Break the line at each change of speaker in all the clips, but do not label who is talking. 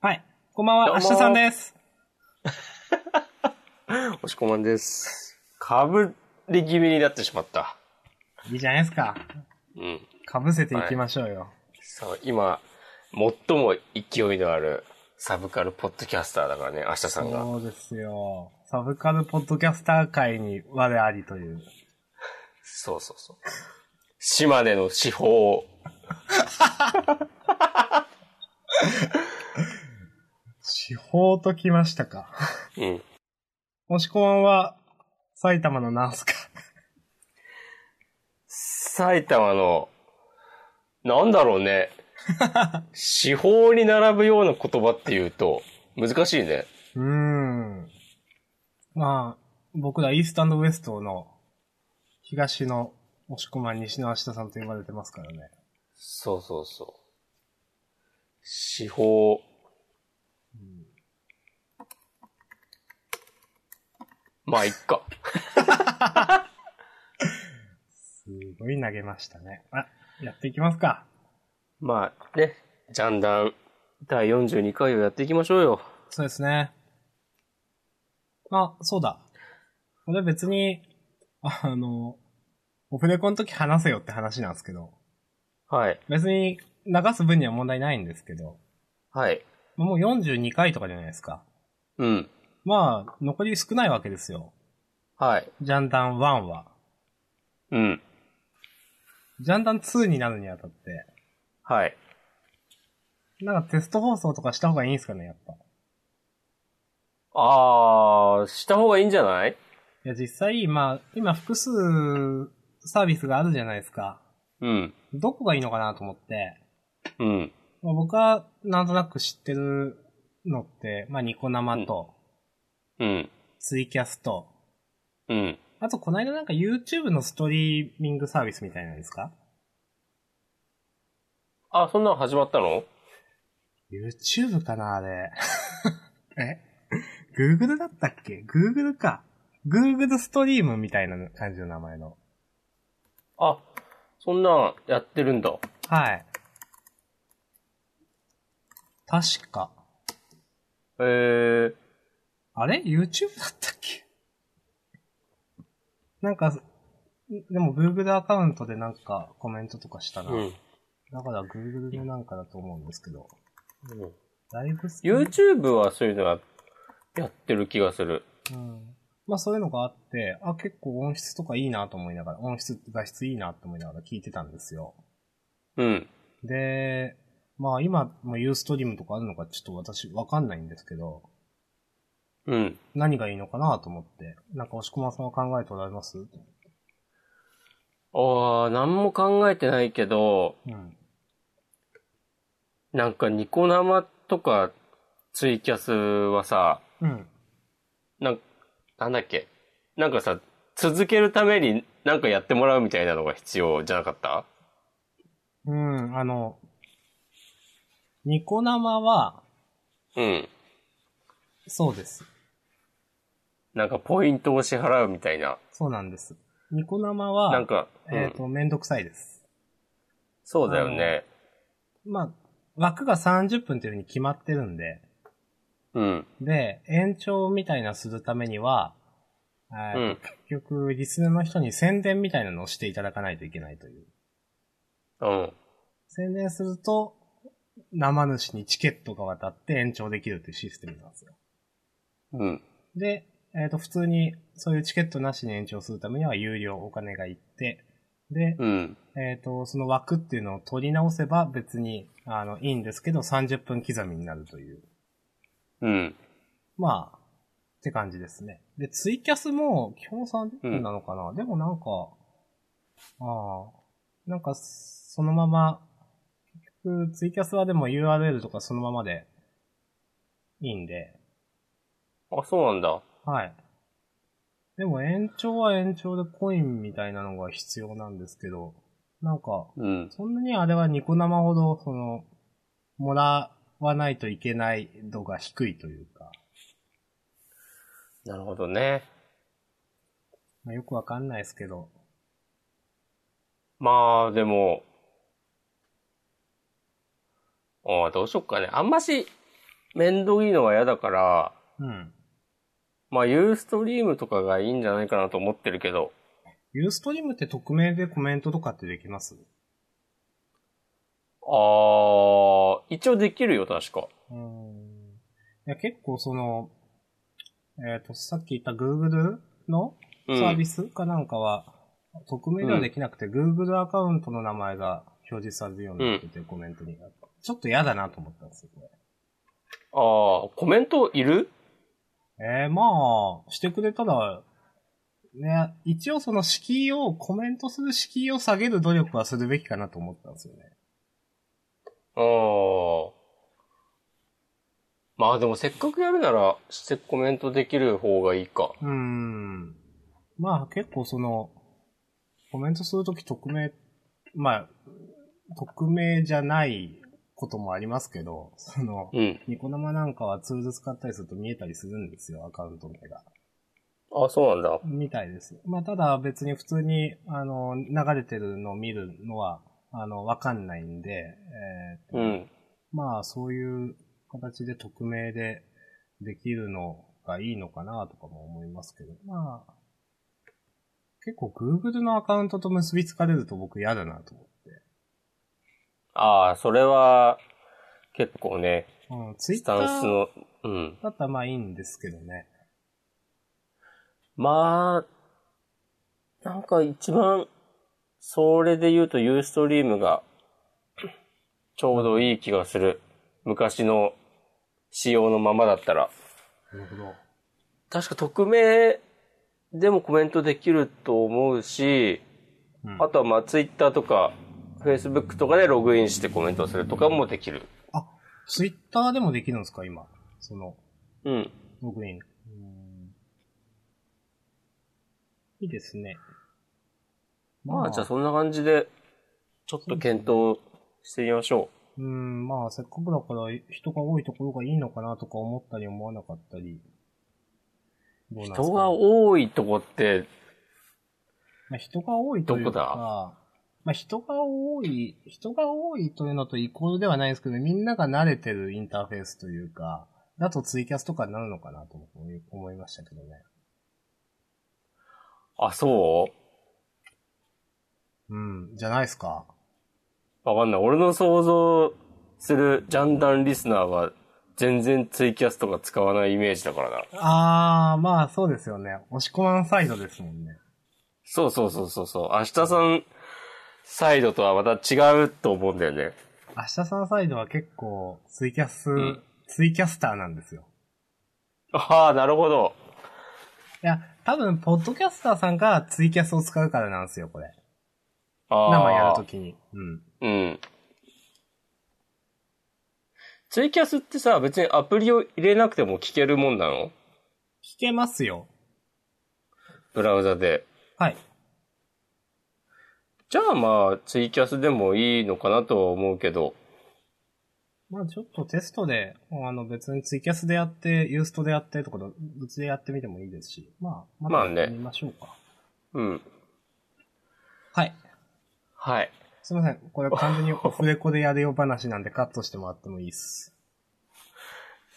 はい。こんばんは、
どう
明
も
日さんです。
押し込まんです。かぶり気味になってしまった。
いいじゃないですか。
うん。
かぶせていきましょうよ。
さあ、今、最も勢いのあるサブカルポッドキャスターだからね、明日さんが。
そうですよ。サブカルポッドキャスター界に我ありという。
そうそうそう。島根の司法。
司法ときましたか。
うん。
もしこまんは、埼玉のなんすか。
埼玉の、なんだろうね。司法に並ぶような言葉って言うと、難しいね。
うーん。まあ、僕らイーストウエストの東の押し込まん西の明日さんと呼ばれてますからね。
そうそうそう。司法。まあ、いっか。
すごい投げましたね。あ、やっていきますか。
まあ、ね。ジャンダン、第42回をやっていきましょうよ。
そうですね。あ、そうだ。これ別に、あの、オフレコの時話せよって話なんですけど、
はい。
別に流す分には問題ないんですけど、
はい。
もう42回とかじゃないですか。
うん。
まあ、残り少ないわけですよ。
はい。
ジャンダン1は。
うん。
ジャンダン2になるにあたって、
はい。
なんかテスト放送とかした方がいいんすかね、やっぱ。い
あー、した方がいいんじゃない
や、実際、まあ、今複数サービスがあるじゃないですか。
うん。
どこがいいのかなと思って、
うん。
まあ、僕はなんとなく知ってるのって、まあ、ニコ生と、
うん。
ツイキャスと、
うん。
あとこの間なんか YouTube のストリーミングサービスみたいなんですか
あ、そんなの始まったの
?YouTube かなあれ。え ?Google だったっけ ?Google か。Google ストリームみたいな感じの名前の。
あ、そんなんやってるんだ。
はい。確か。
えー、
あれ ?YouTube だったっけなんか、でも Google アカウントでなんかコメントとかしたな。
うん。
だから Google のなんかだと思うんですけど。
うん
ライブス
YouTube はそういうのややってる気がする。
うん。まあそういうのがあって、あ、結構音質とかいいなと思いながら、音質、画質いいなと思いながら聞いてたんですよ。
うん。
で、まあ今、まあ、ユーストリームとかあるのかちょっと私わかんないんですけど、
うん。
何がいいのかなと思って、なんか押駒さんは考えておられますう
ああ、何も考えてないけど、
ん。
なんかニコ生とかツイキャスはさ、
うん。
なん、なんだっけ。なんかさ、続けるためになんかやってもらうみたいなのが必要じゃなかった
うん、あの、ニコ生は、
うん。
そうです。
なんかポイントを支払うみたいな。
そうなんです。ニコ生は、
なんか、うん
えっ、と、めんどくさいです。
そうだよね。
まあ、枠が30分というふうに決まってるんで、
うん。
で、延長みたいなするためには、
う
えー
ん。
結局、リスナーの人に宣伝みたいなのをしていただかないといけないという。
うん。
宣伝すると、生主にチケットが渡って延長できるというシステムなんですよ。
うん。
で、えっ、と、普通に、そういうチケットなしに延長するためには、有料お金がいって、で、
うん。
えっ、と、その枠っていうのを取り直せば別に、あの、いいんですけど、30分刻みになるという。
うん。
まあ、って感じですね。で、ツイキャスも基本30分なのかな、でもなんか、ああ、なんかそのまま、結局ツイキャスはでも URL とかそのままでいいんで、
あ、そうなんだ。
はい。でも延長は延長でコインみたいなのが必要なんですけど、なんか、
うん。
そんなにあれはニコ生ほど、その、もらわないといけない度が低いというか、
なるほどね。
まあ、よくわかんないですけど、
まあ、でも、ああ、どうしよっかね。あんまし、面倒いいのは嫌だから、
うん。
まあ、ユーストリームとかがいいんじゃないかなと思ってるけど、
ユーストリームって匿名でコメントとかってできます
あー、一応できるよ、確か。
うーん。いや、結構その、えっ、と、さっき言った Google の
う
サ
ん。
ービスかなんかは、匿名ではできなくて、Google アカウントの名前が表示されるようになってて、コメントに。ちょっと嫌だなと思ったんですよ、これ。
あー、コメントいる
えー、まあ、してくれたら、ね、一応その敷居を、コメントする敷居を下げる努力はするべきかなと思ったんですよね。
あー。まあでもせっかくやるなら、してコメントできる方がいいか。
うーん。まあ結構その、コメントするとき匿名、まあ、匿名じゃないこともありますけど、その、
うん。
ニコ生なんかはツール使ったりすると見えたりするんですよ、アカウント名が。
あ、そうなんだ。
みたいです。まあ、ただ別に普通に、あの、流れてるのを見るのは、あの、わかんないんで、えーと
うん。
まあ、そういう形で匿名でできるのがいいのかなとかも思いますけど、まあ、結構 Google のアカウントと結びつかれると僕嫌だなと思って。
ああ、それは、結構ね、
うん、ツイ
ス
ッタ
タンス
ー
の、うん。
だったらまあいいんですけどね。
まあ、なんか一番、それで言うとユーストリームが、ちょうどいい気がする。昔の仕様のままだったら。
なるほど。
確か匿名でもコメントできると思うし、
うん、
あとはまあツイッターとか、フェイスブックとかでログインしてコメントするとかもできる。
あ、ツイッターでもできるんですか、今。その、
うん。
ログイン。うんいいですね。
まあじゃあそんな感じで、ちょっと検討してみましょ
うん、まあせっかくだから人が多いところがいいのかなとか思ったり思わなかったり。どうなんで
う。
すかね
人が多いとこって、
まあ、人が多いという
どこだ
か、まあ人が多い、人が多いというのとイコールではないですけど、みんなが慣れてるインターフェースというか、だとツイキャスとかになるのかなと思い思いましたけどね。
あ、そう
うん、じゃないですか。
わかんない。俺の想像するジャンダンリスナーは全然ツイキャスとか使わないイメージだからな。
あー、まあそうですよね。押し込まんサイドですもんね。
そうそうそうそうそう。明日さんサイドとはまた違うと思うんだよね。
明日さんサイドは結構、ツイキャス、
ん
ツイキャスターなんですよ。
ああ、なるほど。
いや、多分、ポッドキャスターさんがツイキャスを使うからなんですよ、これ。
ああ。
生やるときに。うん。
うん。ツイキャスってさ、別にアプリを入れなくても聞けるもんなの
聞けますよ。
ブラウザで。
はい。
じゃあまあ、ツイキャスでもいいのかなとは思うけど。
まあちょっとテストで、あの別にツイキャスでやって、ユーストでやってとか、どっちでやってみてもいいですし。まあ、ま
ま
た
あね
やってみましょうか。
うん。
はい。
はい。
すいません。これ完全にオフレコでやれよ話なんでカットしてもらってもいいっす。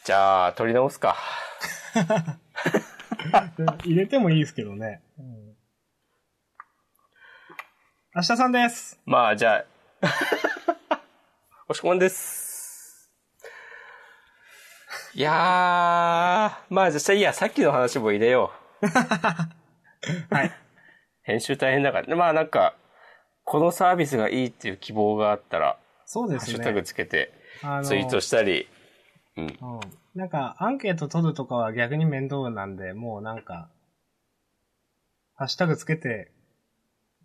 じゃあ、取り直すか。
入れてもいいですけどね。明日さんです。
まあ、じゃあ、 押し込まんです。いやー、まあ、じゃあ、いや、さっきの話も入れよう。
はい。
編集大変だから。まあ、なんか、このサービスがいいっていう希望があったら、
そうで
ハッ
す
シュタグ
ね。
つけて、
あ
ツイートしたり。
うん。なんか、アンケート取るとかは逆に面倒なんで、もうなんか、ハッシュタグつけて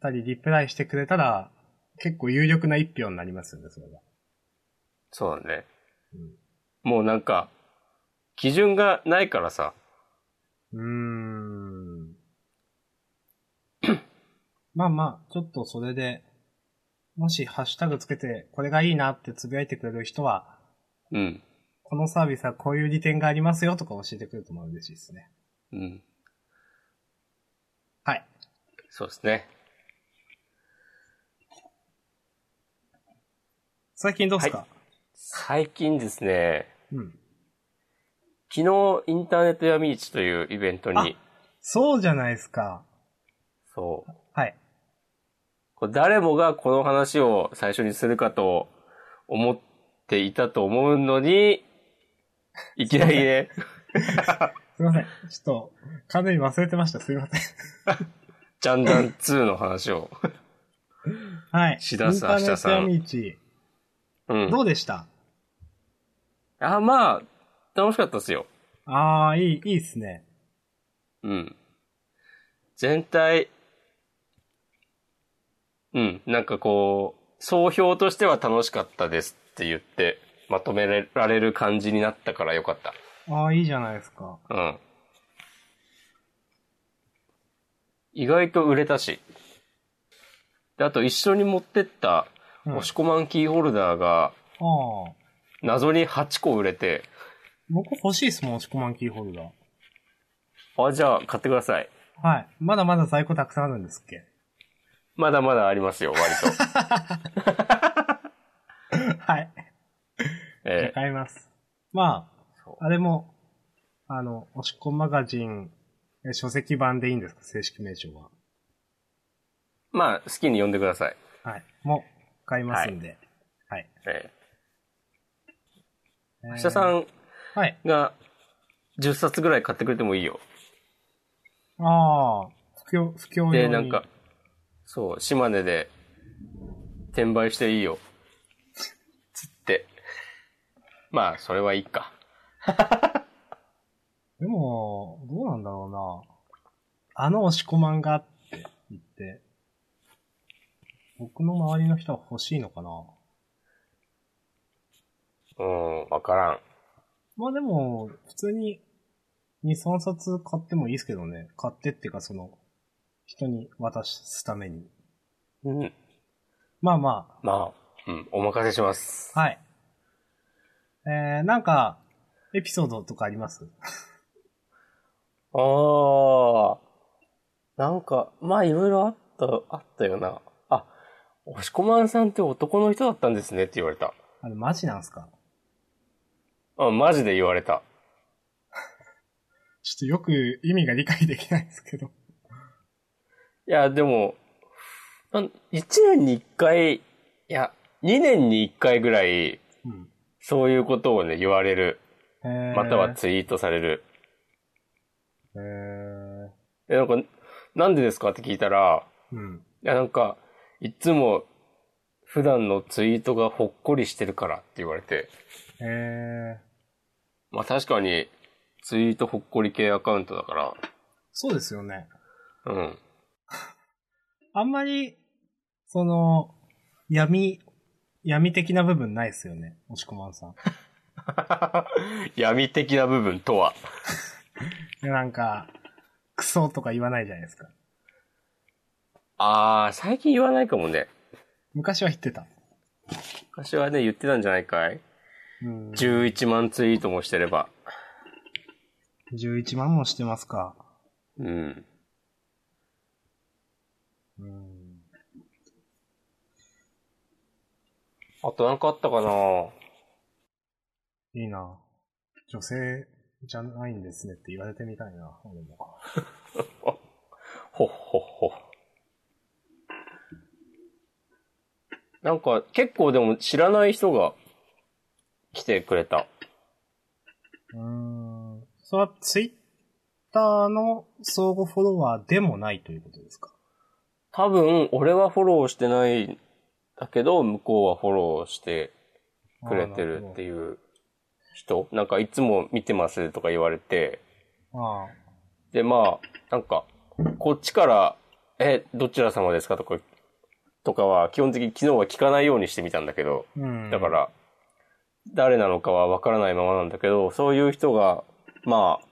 たり、リプライしてくれたら、結構有力な一票になりますよね、それが。
そうだね。もうなんか、基準がないからさ。
うーん。まあまあ、ちょっとそれで、もしハッシュタグつけて、これがいいなってつぶやいてくれる人は、
うん。
このサービスはこういう利点がありますよとか教えてくれるとまあ嬉しいですね。
うん。
はい。
そうですね。
最近どうですか、
最近ですね、
うん。
昨日、インターネット闇市というイベントに、
そうじゃないですか。
そう、
はい。
これ誰もがこの話を最初にするかと思っていたと思う のに、いきなりね、
すいません。ちょっと、完全に忘れてました。すいません。
ジャンダン2の話を。
はい。
志田さん
インターネット闇市
うん。
どうでした、
あ、まあ、楽しかったですよ。
ああ、いい、いいっすね。
うん。全体、うん、なんかこう、総評としては楽しかったですって言って、まとめられる感じになったからよかった。
ああ、いいじゃないですか。
うん。意外と売れたし。で、あと一緒に持ってった、
うん、あ
押し込まんキーホルダーが、
あ。
謎に8個売れて、
僕欲しいっすもん、押し込まんキーホルダー。
あ、じゃあ買ってください。
はい。まだまだ在庫たくさんあるんですっけ
まだまだありますよ、割と。
はい。
ええ
買います。ま
そう
あ、あれも、あの、押し込マガジン、え書籍版でいいんですか正式名称は。
まあ、好きに読んでください。
はい。もう、買いますんで。はい。
え
え
え
ー
明日さん
はい。
が10冊ぐらい買ってくれてもいいよ。
ああ、不況、不況用に
で、なんか、そう、島根で転売していいよ。つって。まあ、それはいいか。
でも、どうなんだろうな。あの押し込まんがって言って、僕の周りの人は欲しいのかな。
うん、わからん。
まあでも、普通に2、3冊買ってもいいですけどね。買ってっていうかその、人に渡すために。
うん。
まあまあ、
まあ、うん、お任せします。
はい。えー、なんか、エピソードとかあります
ああ、なんか、まあ、いろいろあった、あったよな。あ、押しこまんさんって男の人だったんですねって言われた。
あれ、マジなんすか
あ、マジで言われた。
ちょっとよく意味が理解できないんですけど。
いや、でも、なん1年に1回、いや、2年に1回ぐらい、
うん。
そういうことをね、言われる。
えー、
またはツイートされる。
えー、
え、なんか、なんでですかって聞いたら、
うん。
いや、なんか、いつも、普段のツイートがほっこりしてるからって言われて、
えー、
まあ確かに、ツイートほっこり系アカウントだか
そうですよね。
ら、うん。
あんまり、その、闇、闇的な部分ないですよね。押し込まんさん。
闇的な部分とは。
いや、なんか、クソとか言わないじゃないですか。
あー、最近言わないかもね。
昔は言ってた。
昔はね、言ってたんじゃないかい
うん。
11万ツイートもしてれば。
11万もしてますか。
うん。
うん。
あとなんかあったかない
いな女性じゃないんですねって言われてみたいな、俺も。
ほっほっほ。なんか結構でも知らない人が来てくれた。
うーん。それはツイッターの相互フォロワーでもないということですか
多分俺はフォローしてないんだけど、向こうはフォローしてくれてるって
いう。
いう人なんかいつも見てますとか言われて、
あ
でまあ、なんかこっちから、え、どちら様ですかとか、とかは基本的に昨日は聞かないようにしてみたんだけど、
あ。うん。
だか。ら、誰なのかはわからないままなんだけど、そういう人が、まあ、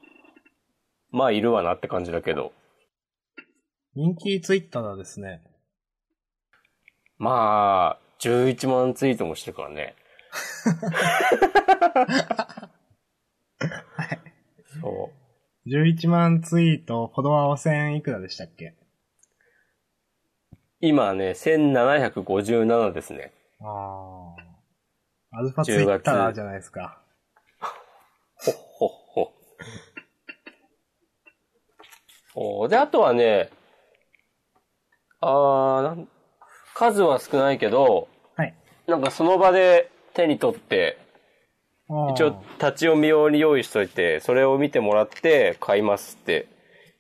まあいるわなって感じだけど、
人気ツイッターですね。
まあ、11万ツイートもしてるからね。そ
11万ツイート、フォロワーは1000いくらでしたっけ
う。今ね、1757ですね。
ああ。アルファツイッターじゃないですか。
ほっほっほ。で、あとはね、あーなん、数は少ないけど、
はい。
なんかその場で手に取って、一
一
応立ち読み用に用意しといて、それを見てもらって買いますって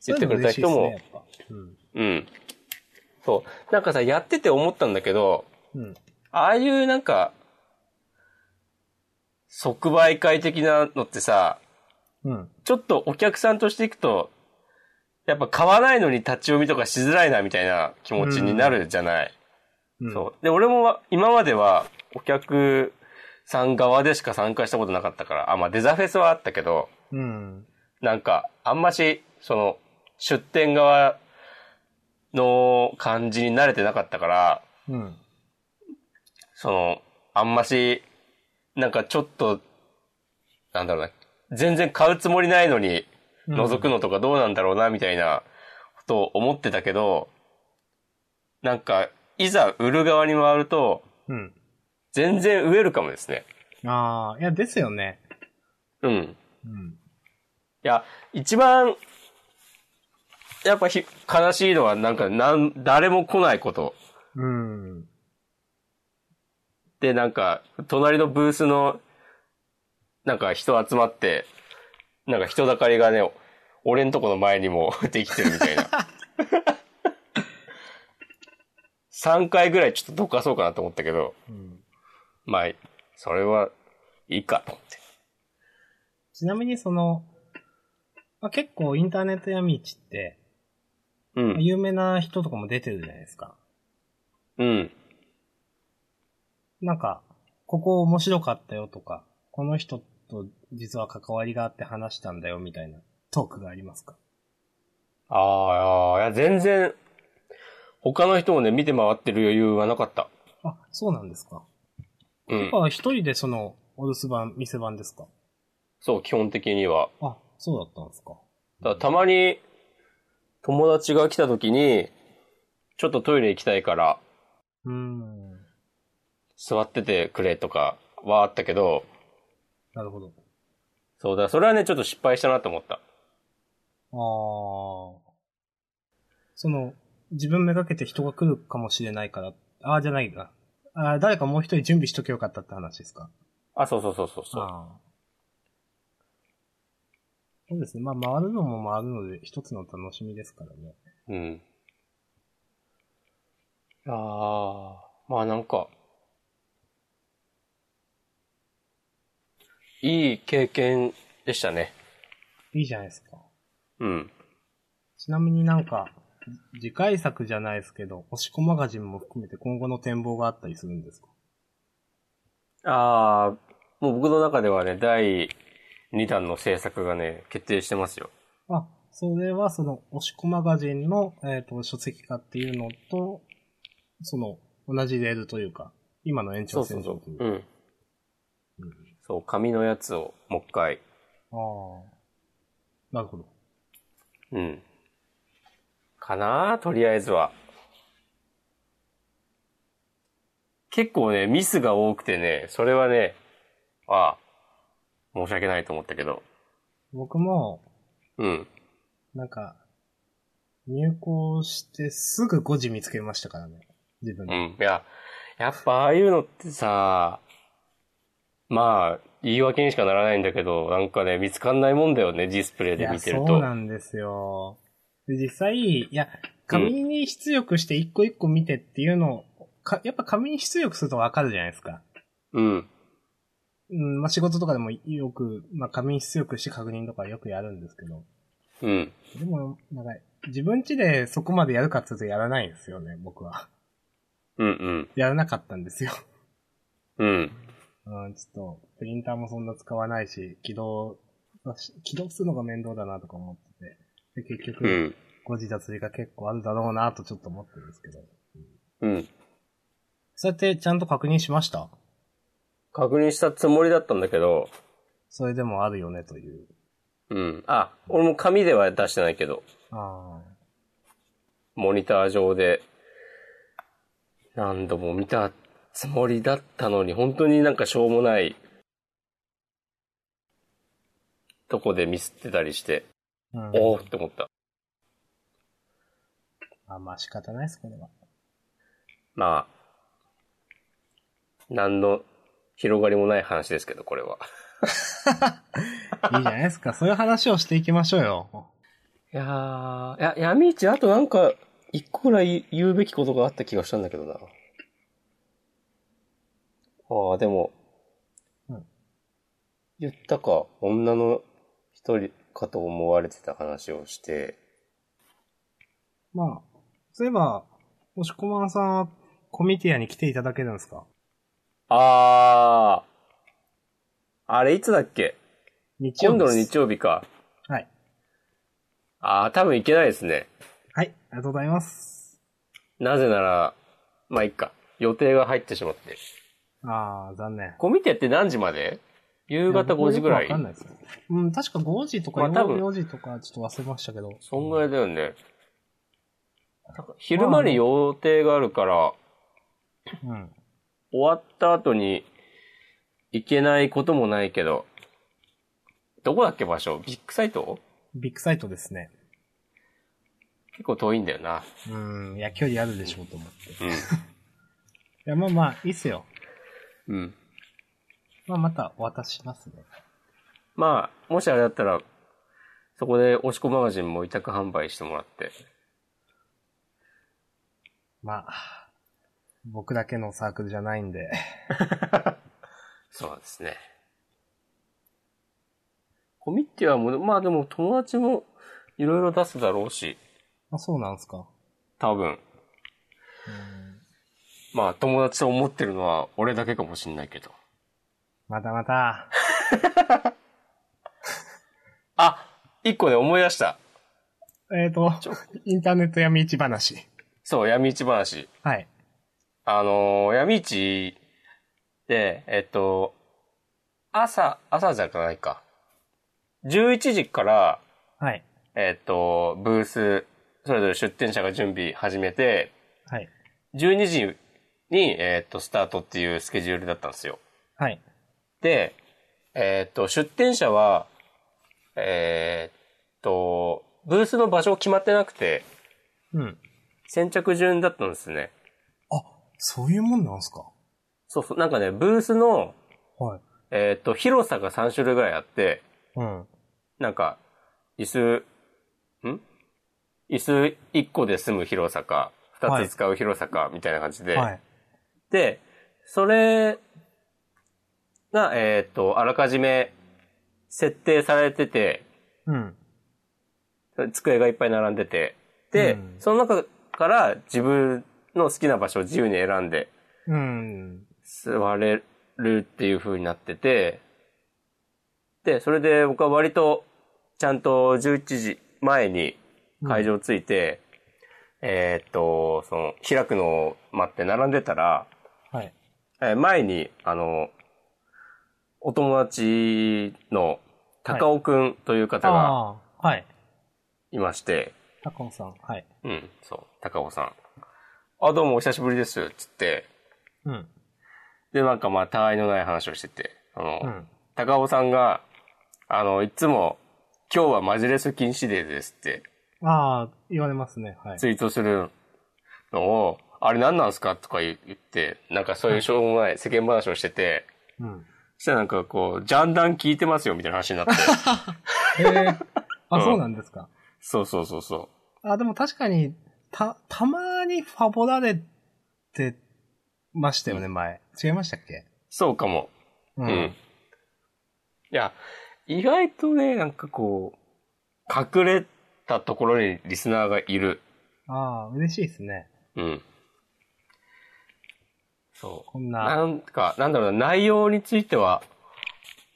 言ってくれた人も、
うん。
うん。そう。なんかさ、やってて思ったんだけど、
うん。
ああいうなんか、即売会的なのってさ、
うん。
ちょっとお客さんとしていくと、やっぱ買わないのに立ち読みとかしづらいなみたいな気持ちになるじゃない。
うん。
そう。で、俺もわ今まではお客さん側でしか参加したことなかったから、あ、まあデザフェスはあったけど、
うん。
なんか、あんまし、その、出店側の感じに慣れてなかったから、
うん。
その、あんまし、なんかちょっと、なんだろうな、全然買うつもりないのに、
うん
覗くのとかどうなんだろうな、みたいなことを思ってたけど、なんか、いざ売る側に回ると、
うん。
全然ウェルカムですね。
ああ、いや、ですよね。
うん。
うん。
いや、一番、やっぱひ悲しいのは、なんか、なん、誰も来ないこと。
うん。
で、なんか、隣のブースの、なんか人集まって、なんか人だかりがね、俺んとこの前にも できてるみたいな。3回ぐらいちょっとどかそうかなと思ったけど、
うん
まあ、それは、いいかと思って。
ちなみにその、まあ、結構インターネット闇市って、
う
まあ
ん。
有名な人とかも出てるじゃないですか。
うん。
なんか、ここ面白かったよとか、この人と実は関わりがあって話したんだよみたいなトークがありますか
ああ、いや、全然、他の人もね、見て回ってる余裕はなかった。
あ、そうなんですか。
う
やっ
ん。
ぱ一人でその、お留守番、店番ですか
そう、基本的には。
あ、そうだったんですか。
だからたまに、友達が来た時に、ちょっとトイレ行きたいから、
うーん。
座っててくれとかはあったけど、
なるほど。
そうだ、それはね、ちょっと失敗したなと思った。
ああ。その、自分めがけて人が来るかもしれないから、ああじゃないか。ああ、誰かもう一人準備しとけよかったって話ですか
あ、そうそうそうそうそう。
ああ。そうですね。まあ、回るのも回るので、一つの楽しみですからね。
うん。ああ、まあなんか、いい経験でしたね。
いいじゃないですか。
うん。
ちなみになんか、次回作じゃないですけど、押し子マガジンも含めて今後の展望があったりするんですか
ああ、もう僕の中ではね、第2弾の制作がね、決定してますよ。
あ、それはその、押し子マガジンの、えっ、と、書籍化っていうのと、その、同じレールというか、今の延
そ
長
うそ
線
う
上
そ。
というう。
うん。そう、紙のやつをもう一回。
ああ。なるほど。
うん。かなとりあえずは。結構ね、ミスが多くてね、それはね、ああ、申し訳ないと思ったけど。
僕も、
うん。
なんか、入校してすぐ5時見つけましたからね。自分
う
で。
ん。いや、やっぱああいうのってさ、まあ、言い訳にしかならないんだけど、なんかね、見つかんないもんだよね、ディスプレイ
い
で
や、
見てる
そ
と。
うなんですよ。で、実際、いや、紙に出力して一個一個見てっていうのを、かやっぱ紙に出力するとわかるじゃないですか。
うん。
うん、まあ、仕事とかでもよく、まあ、紙に出力して確認とかよくやるんですけど。
うん。
でも、なんか、自分家でそこまでやるかっていうとやらないんですよね、僕は。
うんうん。
やらなかったんですよ。
うん。
うん、ちょっと、プリンターもそんな使わないし、起動、起動するのが面倒だなとか思ってて。で、結
う
局、
ん。
誤字脱字が結構あるだろうなとちょっと思ってるんですけど。
うん。
そうやってちゃんと確認しました
確認したつもりだったんだけど、
それでもあるよねという。
うん。あ、俺も紙では出してないけど、
あ
モニター上で何度も見たつもりだったのに、本当になんかしょうもないとこでミスってたりして、
あ。うん
おおって思った。
あ、まあ仕方ないです、これは。
まあ、何の広がりもない話ですけど、これは。
いいじゃないですか。そういう話をしていきましょうよ。
いやー、や、闇市、あとなんか、一個ぐらい言うべきことがあった気がしたんだけどな。ああ、でも、
うん
言ったか、女の一人かと思われてた話をして、
まあ、そういえば、もしこまんさんはコミティアに来ていただけるんですか
ああ、あれいつだっけ
日曜日
今度
で
の
す。
日曜日か。
はい。
ああ、多分いけないですね。
はい、ありがとうございます。
なぜなら、まあ、いっか。予定が入ってしまって。
ああ、残念。
コミテって何時まで夕方5時ぐらい
や僕もよくわかんないです。うん、確か5時とか
まあ多分
4時とかちょっと忘れましたけど。
そんぐらいだよね。昼間に予定があるから、
うん。
終わった後に行けないこともないけど、どこだっけ場所ビッグサイト
ビッグサイトですね。
結構遠いんだよな。
うん、いや、距離あるでしょうと思って。い
うん
や、まあまあ、いいっすよ。。
うん。
まあ、またお渡ししますね。
まあ、もしあれだったら、そこで押し子マガジンも委託販売してもらって。
まあ、僕だけのサークルじゃないんで。
そうですね。コミッティはもう、まあでも友達もいろいろ出すだろうし、
あ、そうなんすか。
多分。
うん
まあ友達と思ってるのは俺だけかもしんないけど。
またまた。
あ一個で思い出した。
えっ、と、インターネット闇市話。
そう、闇市話。
はい。
あのー闇市で、えっと、朝、朝じゃないか。11時から、
はい。
えっと、ブース、それぞれ出店者が準備始めて、
はい。
12時に、えっと、スタートっていうスケジュールだったんですよ。
はい。
で、えっと、出店者は、えっと、ブースの場所決まってなくて、
うん。
先着順だったんですね。
あ、そういうもんなんすか。
そうそう、なんかね、ブースの、
はい。
えっと、広さが3種類ぐらいあって、
うん。
なんか、椅子、ん椅子1個で済む広さか、
は
2
い
つ使う広さか、みたいな感じで。
はい。
で、それが、えっ、と、あらかじめ設定されてて、
うん。
机がいっぱい並んでて、で、
うん
その中から自分の好きな場所を自由に選んで
うん。
座れるっていう風になってて、で、それで僕は割とちゃんと11時前に会場着いて、えーっと、その、開くのを待って並んでたら、
はい。
えー前に、あの、お友達の高尾くんという方が
ああー、はい。
いまして、
高尾さん。はい。
うん、そう、高尾さん。あ、どうもお久しぶりです、つって。
うん。
で、なんかまあ、たわいのない話をしてて、あの、
うん。
高尾さんが、あの、いつも、今日はマジレス禁止デーですって
ああ、言われますね。はい。
ツイートするのを、あれ何なんすかとか言って、なんかそういうしょうもない世間話をしてて、
うん。
そしたらなんかこう、ジャンダン聞いてますよみたいな話 になって。
ええ
う
あ、
ん
そうなんですか。
そうそうそうそ
あ、でも確かに、た、たまにファボられてましたよね、前。違いましたっけ
う。そうかも。
う
うん。い。や、意外とね、なんかこう、隠れたところにリスナーがいる。
ああ、嬉しいですね。
うん。そう。
こんな。
なんか、なんだろうな、内容については、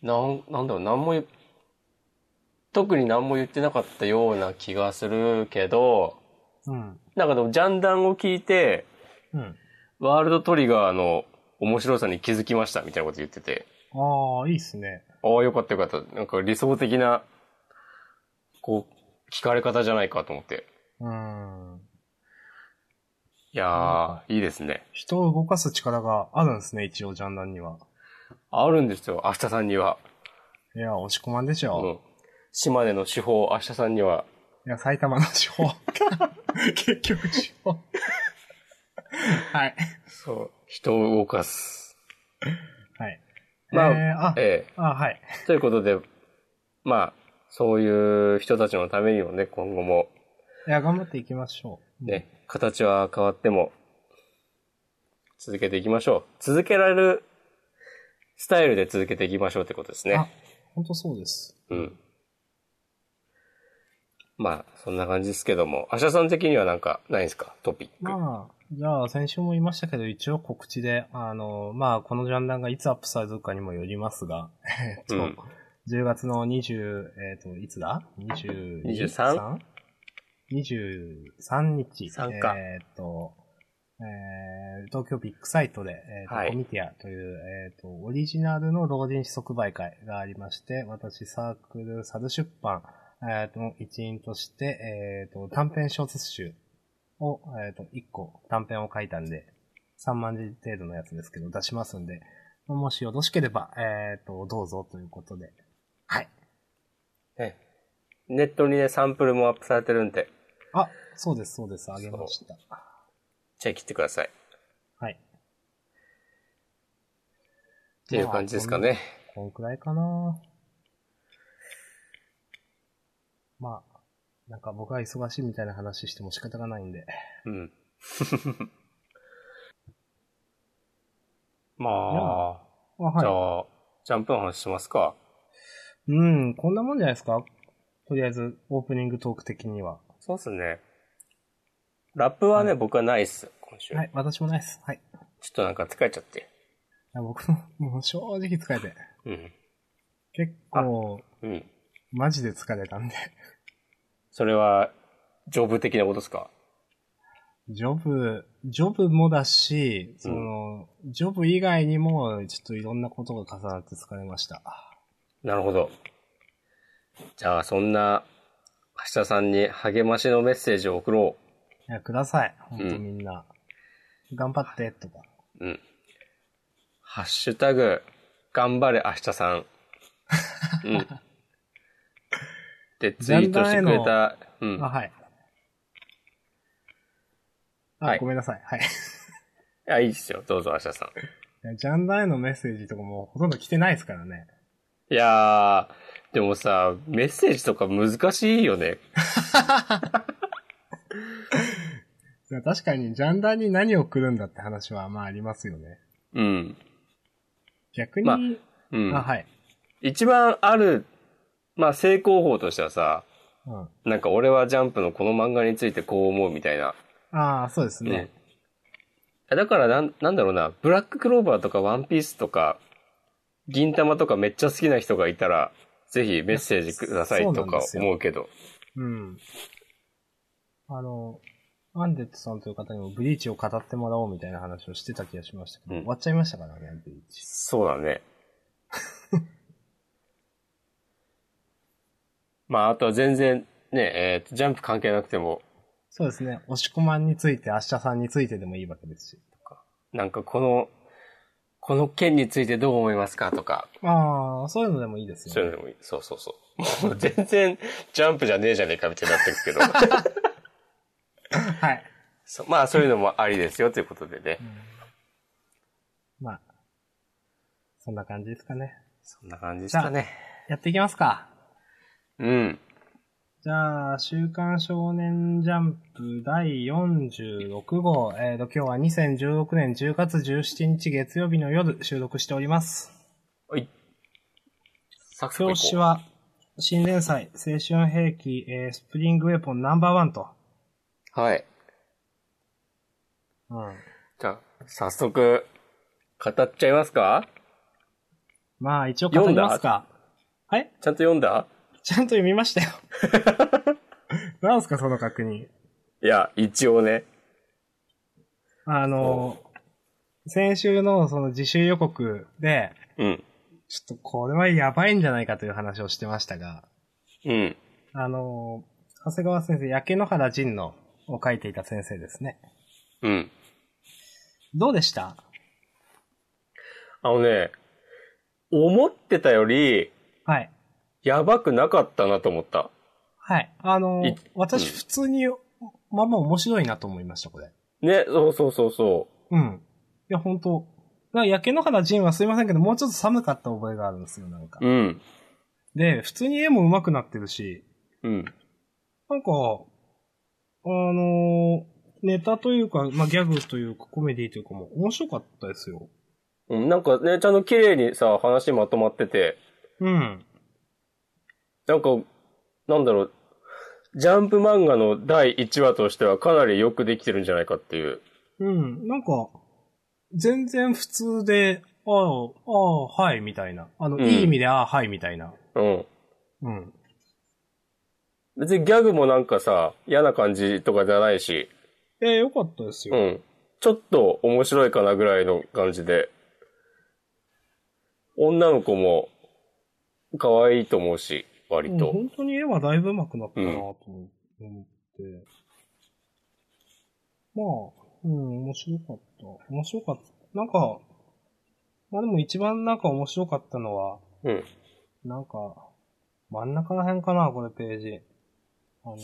なん、なんだろう、なんも言う、特に何も言ってなかったような気がするけど、
うん。
なんかでも、ジャンダンを聞いて、
うん。
ワールドトリガーの面白さに気づきました、みたいなこと言ってて、
ああ、いいっすね。
ああ、よかったよかった。なんか理想的な、こう、聞かれ方じゃないかと思って。
うん。
いやー、いいですね。
人を動かす力があるんですね、一応、ジャンダンには。
あるんですよ、明日さんには。
いや、押し込まんでし
う
ょ。
ん。島根の手法、明日さんには
いや、埼玉の地方。 結局地方。 はい。
そう。人を動かす。
はい。
まあ
えーあ、
え
あ、はい。
えということで、まあ、そういう人たちのためにもね、今後も、
いや、頑張っていきましょう。
ね、形は変わっても、続けていきましょう。続けられるスタイルで続けていきましょうってことです
あ
ね。、
本当そうです。
うん。まあ、そんな感じですけども、アシャさん的にはなんかないですかトピック。
まあ、じゃあ、先週も言いましたけど、一応告知で、あの、まあ、このジャンダンがいつアップされるかにもよりますが、えっと、
うん
10月の20、えっ、と、いつだ ?23?23 日。
三か
えっ、と、えー東京ビッグサイトで、えーと
はい
コミティアという、えっ、と、オリジナルの老人誌即売会がありまして、私、サークル、サル出版、えっ、と、の一員として、えっ、と、短編小説集を、えっ、と、1個短編を書いたんで、3万字程度のやつですけど、出しますんで、もしよろしければ、えっ、と、どうぞということで。はい。
ねネットにね、サンプルもアップされてるんで、
あ、そうです、そうです、あげました。
チェックしてください。っ
はい。
ていう感じですかね。
こんくらいかなまあ、なんか僕は忙しいみたいな話しても仕方がないんで。
うん。 まあ、
あ
じゃ
はい。
あ、ジャンプの話しますか。
うん、こんなもんじゃないですかとりあえず、オープニングトーク的には。
そうっすね。ラップはね、僕はないっす、今週。
はい、私もないです。はい。い
ちょっとなんか疲れちゃって。
や僕も、 もう正直疲れて。
うん。
結構、
うん。
マジで疲れたんで。
それは、ジョブ的なことですか
ジョブ、ジョブもだし、その、ジョブ以外にも、ちょっといろんなことが重なって疲れました。
なるほど。じゃあ、そんな、橋田さんに励ましのメッセージを送ろ
いや、ください。ほんとみんな。頑張って、とか。
う。うん。ハッシュタグ、頑張れ明日さん。うん。で、ツイートしてくれた、うん
あ、。はい。あ、
はい
ごめんなさい。はい。い
あ、いいですよ。どうぞ、明日さん。
やジャンダーへのメッセージとかもうほとんど来てないですからね。
いやー、でもさ、メッセージとか難しいよね。
いや確かに、ジャンダーに何を送るんだって話は、まあありますよね。
うん。
逆に、
ま
あ
あ、うん。
はい。
一番ある、まあ、成功法としてはさ、
うん。
なんか俺はジャンプのこの漫画についてこう思うみたいな。
ああ、そうですね。
ね。だからなん、なんだろうな、ブラッククローバーとかワンピースとか、銀玉とかめっちゃ好きな人がいたら、ぜひメッセージください
そ
と
うなん
か
ですよ
思うけど。
うん。あの、アンデッドさんという方にもブリーチを語ってもらおうみたいな話をしてた気がしましたけど、
うん
終わっちゃいましたからね、ブリーチ。
そう だね。まあ、あとは全然、ね、えーと、ジャンプ関係なくても、
そうですね。押し込まんについて、明日さんについてでもいいわけですし。
なんかこの、この件についてどう思いますかとか、
ああ、そういうのでもいいですよ
そう
ね
いうのでもいい。そうそうそう。もう全然、ジャンプじゃねえじゃねえかみたいになってるけど。
はい。
そうまあ、そういうのもありですよということでね。
まあ、そんな感じですかね。
そんな感じですかね。
やっていきますか。
うん。
じゃあ、週刊少年ジャンプ第46号、えーと、今日は2016年10月17日月曜日の夜収録しております。
はい。サクサクいこう
表紙は、新連載、青春兵器、えースプリングウェポンナンバーワンと。
はい。
うん。
じゃあ、早速、語っちゃいますか
まあ、一応語りますか。はい
ちゃんと読んだ
ちゃんと読みま したよ。なんすか、その確認。
いや、一応ね。
あの、先週のその自習予告で、
うん。
ちょっとこれはやばいんじゃないかという話をしてましたが、
うん。
あの、長谷川先生、焼け野原仁のを書いていた先生ですね。
うん。
どうでした
あのね、思ってたより、
はい。
やばくなかったなと思った。
はい。あの
い、
私
うん
普通に、まあまあ面白いなと思いました、これ。
ね、そうそうそうそ
うん。いや、本当だから焼け野原仁はすいませんけど、もうちょっと寒かった覚えがあるんですよ、なんか
う。。うん。
で、普通に絵も上手くなってるし、
うん。
なんか、あのーネタというか、まあ、ギャグというか、コメディというかも、面白かったですよ。
うん、なんかね、ちゃんと綺麗にさ、話まとまってて、
うん。
なんか、なんだろう、ジャンプ漫画の第1話としてはかなりよくできてるんじゃないかっていう。
うん。なんか、全然普通で、ああ、ああ、はい、みたいな。あの、
うん
いい意味で、ああ、はい、みたいな。
うん。
うん。
別にギャグもなんかさ、嫌な感じとかじゃないし、
えー、よかったです
う
よ。
ん。ちょっと面白いかなぐらいの感じで。女の子も可愛いと思うし、割
うん
と。
本当に絵はだいぶ上手くなったなと思って。まあ、うん、面白かった。面白かった。なんか、まあでも一番なんか面白かったのは、
うん。
なんか、真ん中ら辺かな、これページ。あの、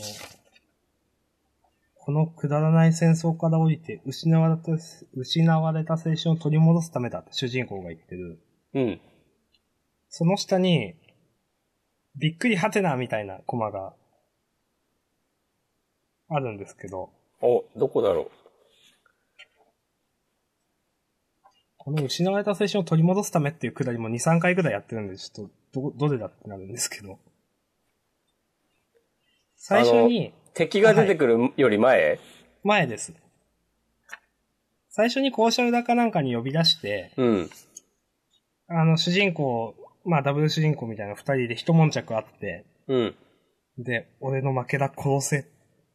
このくだらない戦争から降りて、失われた、失われた青春を取り戻すためだって主人公が言ってる。
うん。
その下に、びっくりはてなみたいなコマが、あるんですけど、
お、どこだろ
この失われた青春を取り戻すためっていうくだりも2、3回くらいやってるんで、ちょっと、ど、どれだってなるんですけど。最初に、
う。敵が出てくるより前、
前です。最初に交渉だかなんかに呼び出して、
うん。
あの、主人公、まあ、ダブル主人公みたいな二人で一悶着あって、
うん。
で、俺の負けだ、殺せって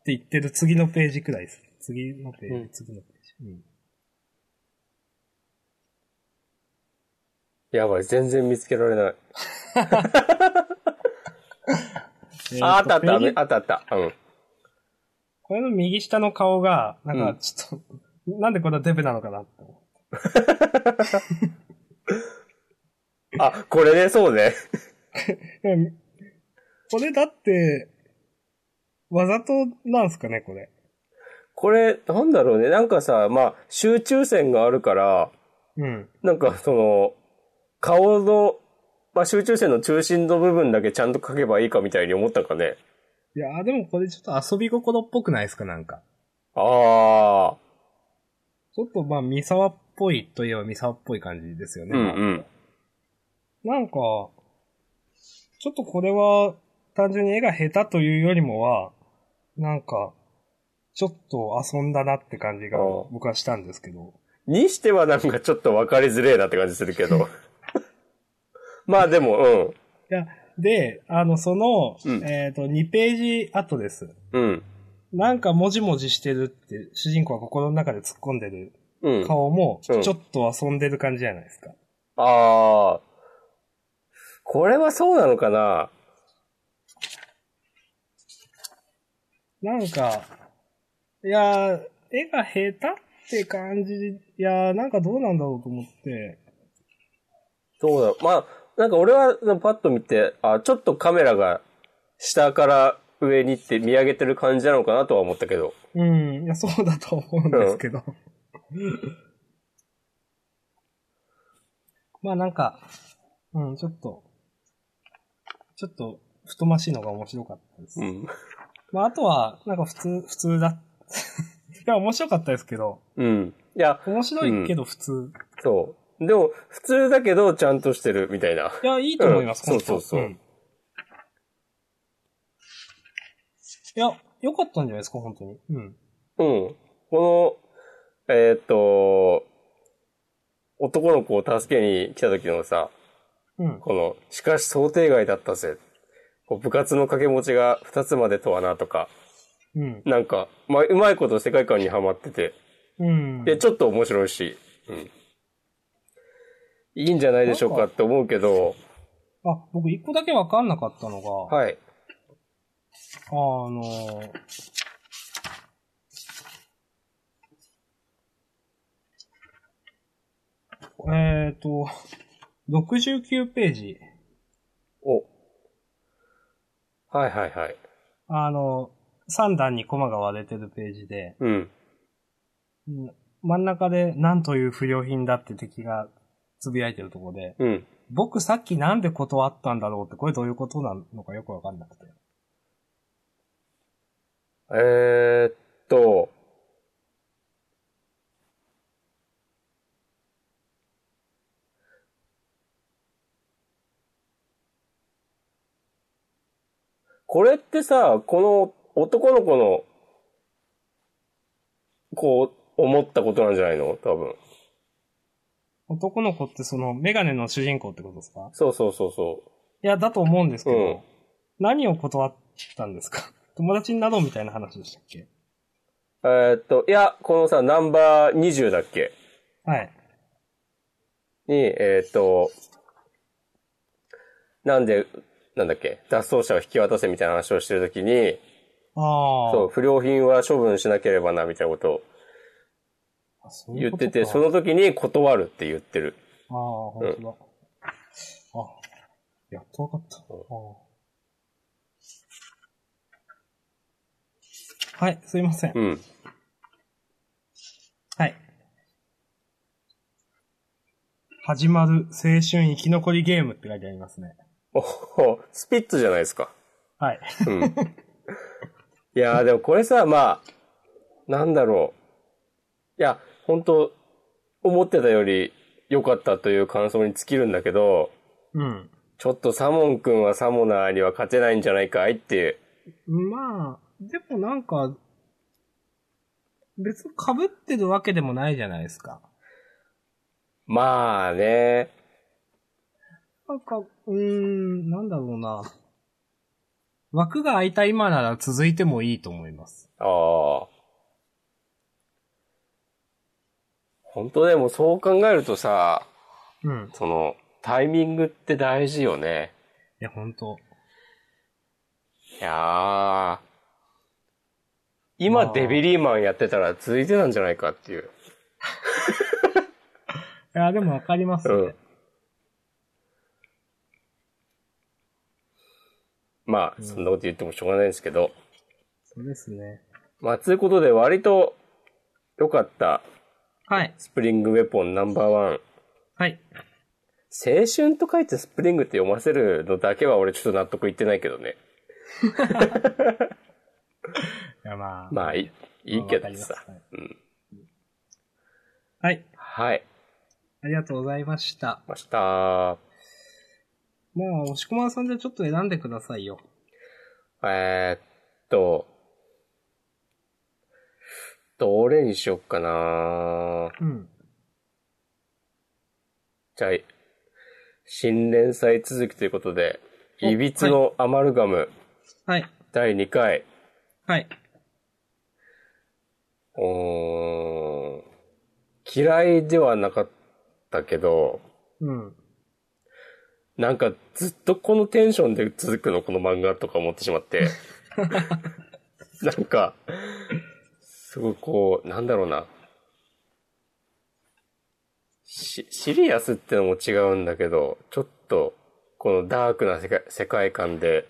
言ってる次のページくらいです。次のページ、
うん
次のページ。うん
やばい、全然見つけられない。
えーと
あ、あったあっ
ペー
た、
ジ
あったあった。うん。
これの右下の顔が、なん
う
か
ん
ちょっと、 なんでこんなデブなのかなって思う。
あ、これね、そうね。
でもこれだって、わざとなんすかね、これ。
これ、なんだろうね。なんかさ、まあ、集中線があるから、
うん。
なんかその、顔の、まあ、集中線の中心の部分だけちゃんと書けばいいかみたいに思ったかね。
いやーでもこれちょっと遊び心っぽくないですか、なんか。
ああ、
ちょっとまあ、三沢っぽいといえば三沢っぽい感じですよね。
うんうん。
なんか、ちょっとこれは、単純に絵が下手というよりもは、なんか、ちょっと遊んだなって感じが
あー
僕はしたんですけど。
にしてはなんかちょっと分かりづれえなって感じする けど。まあでも、
いや、で、あの、その、
うん
えっ、と、2ページ後です。
うん。うん。
なんかもじもじしてるって、主人公は心の中で突っ込んでる
うん。
顔も、ち
う
ょ
ん
っと遊んでる感じじゃないですか。
ああ。これはそうなのかな
なんか、いやー、絵が下手って感じ、いやー、なんかどうなんだろうと思って、
どうだろうまあ、なんか俺はパッと見て、あ、ちょっとカメラが下から上にって見上げてる感じなのかなとは思ったけど。
うん、いや、そうだと思うんですけど。 まあなんか、うん、ちょっと、ちょっと、太ましいのが面白かったです。
ん。
まああとは、なんか普通、普通だ。 いや、面白かったですけど、
うん。いや、
面白いけど普通。
そう。でも、普通だけどちゃんとしてるみたいな。
いや、いいと思います、
うん
本当
そうそうそうん
いや、良かったんじゃないですか、本当に。うん。
うん。この、えーっと、男の子を助けに来た時のさ、
うん。
この、しかし想定外だったぜ。こう部活の掛け持ちが2つまでとはなとか、
うん。
なんか、まあ、うまいこと世界観にはまってて、
うん。
で、ちょっと面白いし、うん。いいんじゃないでしょうかって思うけど、
あ、僕一個だけわかんなかったのが、
はい。
あのー、えっ、ー、と、69ページ。
お。はいはいはい。
あの、3段にコマが割れてるページで、
うん。
うん真ん中で何という不良品だって敵が呟いてるとこで、
うん。
僕さっきなんで断ったんだろうって、これどういうことなのかよくわかんなくて。
えー、っと。これってさ、この男の子の、こう、思ったことなんじゃないの多分。
男の子ってそのメガネの主人公ってことですか
そうそうそうそ
いや、だと思うんですけど、
うん
何を断ったんですか 友達になろうみたいな話でしたっけ
う。えー、っと、いや、このさ、ナンバー20だっけ
はい。
に、えーっ、と、なんで、なんだっけ、脱走者を引き渡せみたいな話をしてるときに、
ああ。
そう、不良品は処分しなければな、みたいなことを
あそうい
言
う
っ
こと
て
か
て、その時に断るって言ってる。
ああ、本当だ。あ、やっとわかった。
うん
ああはい、すいません。
うん。
はい。始まる青春生き残りゲームって書いてありますね。
おほスピッツじゃないですか。
はい。
うん。いやーでもこれさ、まあ、なんだろう。いや、本当思ってたより良かったという感想に尽きるんだけど、
うん。
ちょっとサモン君はサモナーには勝てないんじゃないかいっていう。
まあ、でもなんか、別に被ってるわけでもないじゃないですか。
まあね。
なんか、うーん、なんだろうな。枠が空いた今なら続いてもいいと思います。
ああ。本当でもそう考えるとさ、
うん。
その、タイミングって大事よね。
いや、本当
いやー。今、
まあ
デビリーマンやってたら続いてたんじゃないかっていう。
いや、でもわかりますね。
うんまあ、そんなこと言ってもしょうがないですけど。
そうですね。
まあ、つうことで割と良かった
はい。
スプリングウェポンナンバーワン。
はい。
青春と書いてスプリングって読ませるのだけは俺ちょっと納得いってないけどね。
いや、まあ。
まあ、いい、いいけ
わ
ど
かります
さ。
はい
うん。
はい。
はい。
ありがとうございました。
ました。
まあ、押し込まんさんじゃちょっと選んでくださいよ。
えーっと、どれにしよっかな
うん。
じゃあ、新連載続きということで、いびつのアマルガム
はい。
第2回。
はい。
うーん嫌いではなかったけど、
うん。
なんかずっとこのテンションで続くの、この漫画とか思ってしまって。なんか、すごいこう、なんだろうな。し、シリアスってのも違うんだけど、ちょっと、このダークな世界世界観で、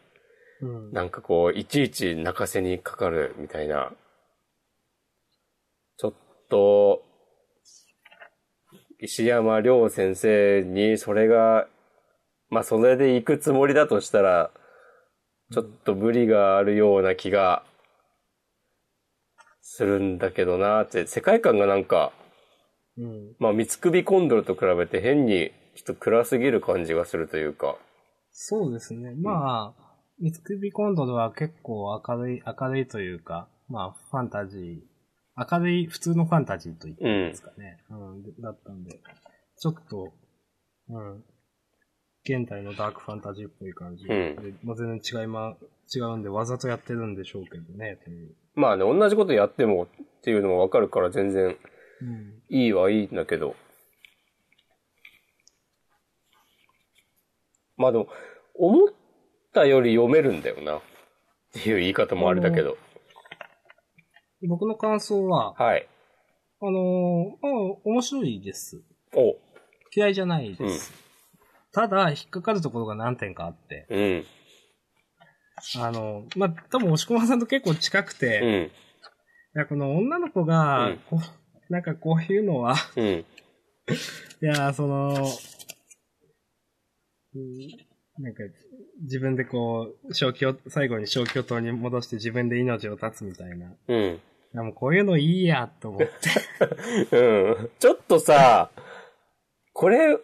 うん。
なんかこう、いちいち泣かせにかかるみたいな。ちょっと、石山亮先生にそれが、まあそれで行くつもりだとしたら、ちょっと無理があるような気がするんだけどなって、世界観がなんか、
うん。
まあ三つ首コンドルと比べて変にちょっと暗すぎる感じがするというか。
そうですね。まあ、三つ首コンドルは結構明るい、明るいというか、まあ、ファンタジー、明るい、普通のファンタジーと言っていいんですかね。うん、だったんで、ちょっと、うん、現代のダークファンタジーっぽい感じ。
うん
でまあ、全然違いま、違うんで、わざとやってるんでしょうけどね、という。
まあね、同じことやってもっていうのもわかるから全然
うん。
いいはいいんだけど。まあでも、思ったより読めるんだよな。っていう言い方もあれだけど。
僕の感想は、
はい。
あのーまあ、面白いです。
お、
嫌いじゃないです。ただ、引っかかるところが何点かあって。
うん。
あの、まあ、多分、押し込まさんと結構近くて、い
うん。
や、この女の子が、
うん
こうなんかこういうのは、
うん。
いや、その、うんなんか、自分でこう、消去、最後に消去塔に戻して自分で命を絶つみたいな。い
うん。
や、もうこういうのいいや、と思って。
うん。ちょっとさ、これ、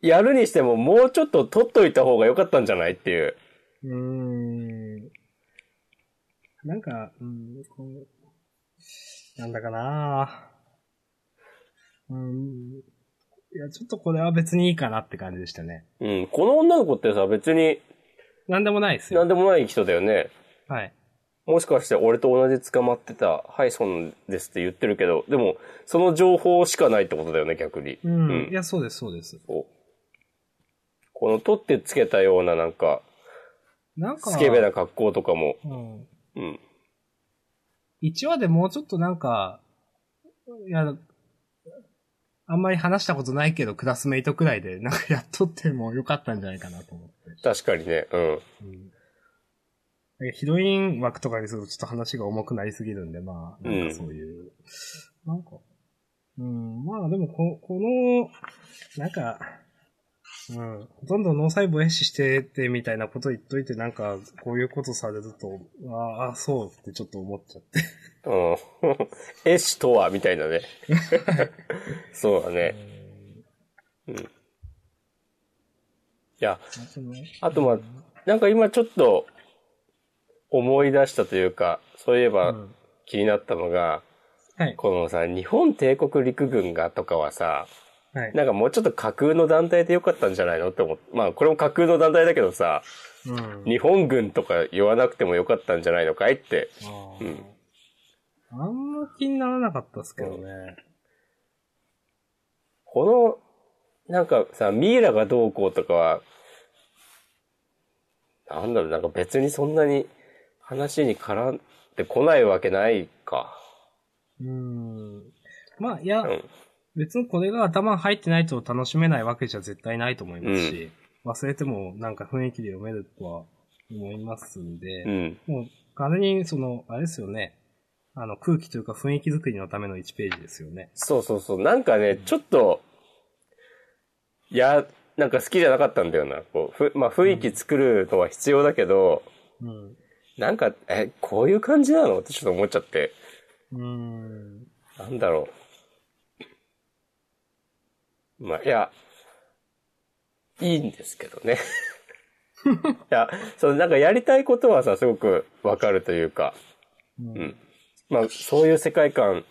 やるにしてももうちょっと取っといた方が良かったんじゃないっていう。
うーん。なんか、うん、こう、なんだかなうん。いや、ちょっとこれは別にいいかなって感じでしたね。
うん。この女の子ってさ、別に
なんでもないですよ。
何でもない人だよね。
はい。
もしかして俺と同じ捕まってた、はい、そんですって言ってるけど、でも、その情報しかないってことだよね、逆に。
うん。
うん
いや、そうです、そうです。
こうこの取ってつけたようななんか、
なんか、
スケベな格好とかも、
うん。
うん。
1話でもうちょっとなんか、いや、あんまり話したことないけど、クラスメイトくらいで、なんかやっとってもよかったんじゃないかなと思って。
確かにね、うん。
うん、ヒロイン枠とかにするとちょっと話が重くなりすぎるんで、まあ、なんかそういう。なんか、うん、まあでもこ、この、なんか、うん、ほとんど脳細胞壊死しててみたいなこと言っといて、なんか、こういうことされると、あーあ、そうってちょっと思っちゃって。
うん。 絵師とは、みた いなね。そうだね。うん。いや、あとまあ、なんか今ちょっと思い出したというか、そういえ
う
ば
ん、
気になったのが、
はい、
このさ、日本帝国陸軍がとかはさ、
はい。
なんかもうちょっと架空の団体でよかったんじゃないのって思って、まあこれも架空の団体だけどさ、
うん。
日本軍とか言わなくてもよかったんじゃないのかいって。
あ
う
ー
ん
あんま気にならなかったっすけどね。
この、なんかさ、ミイラがどうこうとかは、なんだろう、なんか別にそんなに話に絡んでこないわけないか。
うん。まあ、いや、
うん。
別にこれが頭に入ってないと楽しめないわけじゃ絶対ないと思いますし、忘れてもなんか雰囲気で読めるとは思いますんで、
うん。
もう完全にその、あれですよね、あの空気というか雰囲気作りのための1ページですよね。
そうそうそう。なんかね、ちょっと、いや、なんか好きじゃなかったんだよな。こう、ふまあ雰囲気作るのは必要だけど、
うん。
なんか、え、こういう感じなのってちょっと思っちゃって。
うーん。
なんだろう。まあ、いや、いいんですけどね。いや、そのなんかやりたいことはさ、すごくわかるというか、
うん
うんまあ、そういう世界観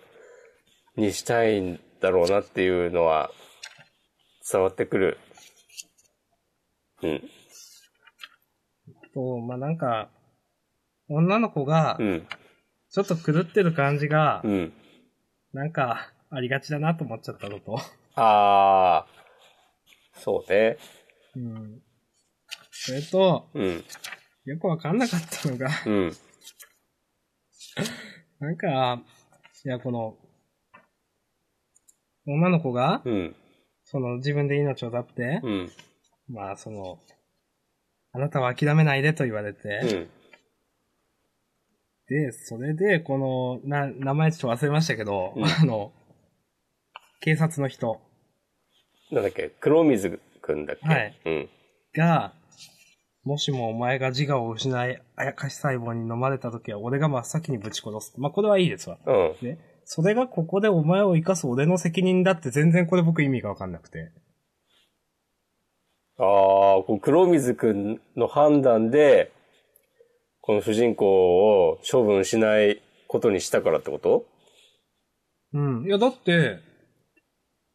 にしたいんだろうなっていうのは、伝わってくる。うん。
と、まあ、なんか、女の子が
う、ん。
ちょっと狂ってる感じが
う、ん。
なんか、ありがちだなと思っちゃったのと。
ああ、そうね。
うん。それと、
うん。
よくわかんなかったのが、
うん。
なんか、いや、この、女の子が、
うん。
その自分で命を絶って、
うん。
まあその、あなたは諦めないでと言われて、
うん。
で、それで、この、な、名前ちょっと忘れましたけど、
うん
あの、警察の人
なんだっけ、黒水くんだっけ。
はい
うん。
が、もしもお前が自我を失い、あやかし細胞に飲まれた時は俺が真っ先にぶち殺す。まあこれはいいですわ。
うん。
ね。それがここでお前を生かす俺の責任だって全然これ僕意味がわかんなくて。
ああ、こう黒水くんの判断で、この主人公を処分しないことにしたからってこと
うん。いや、だって、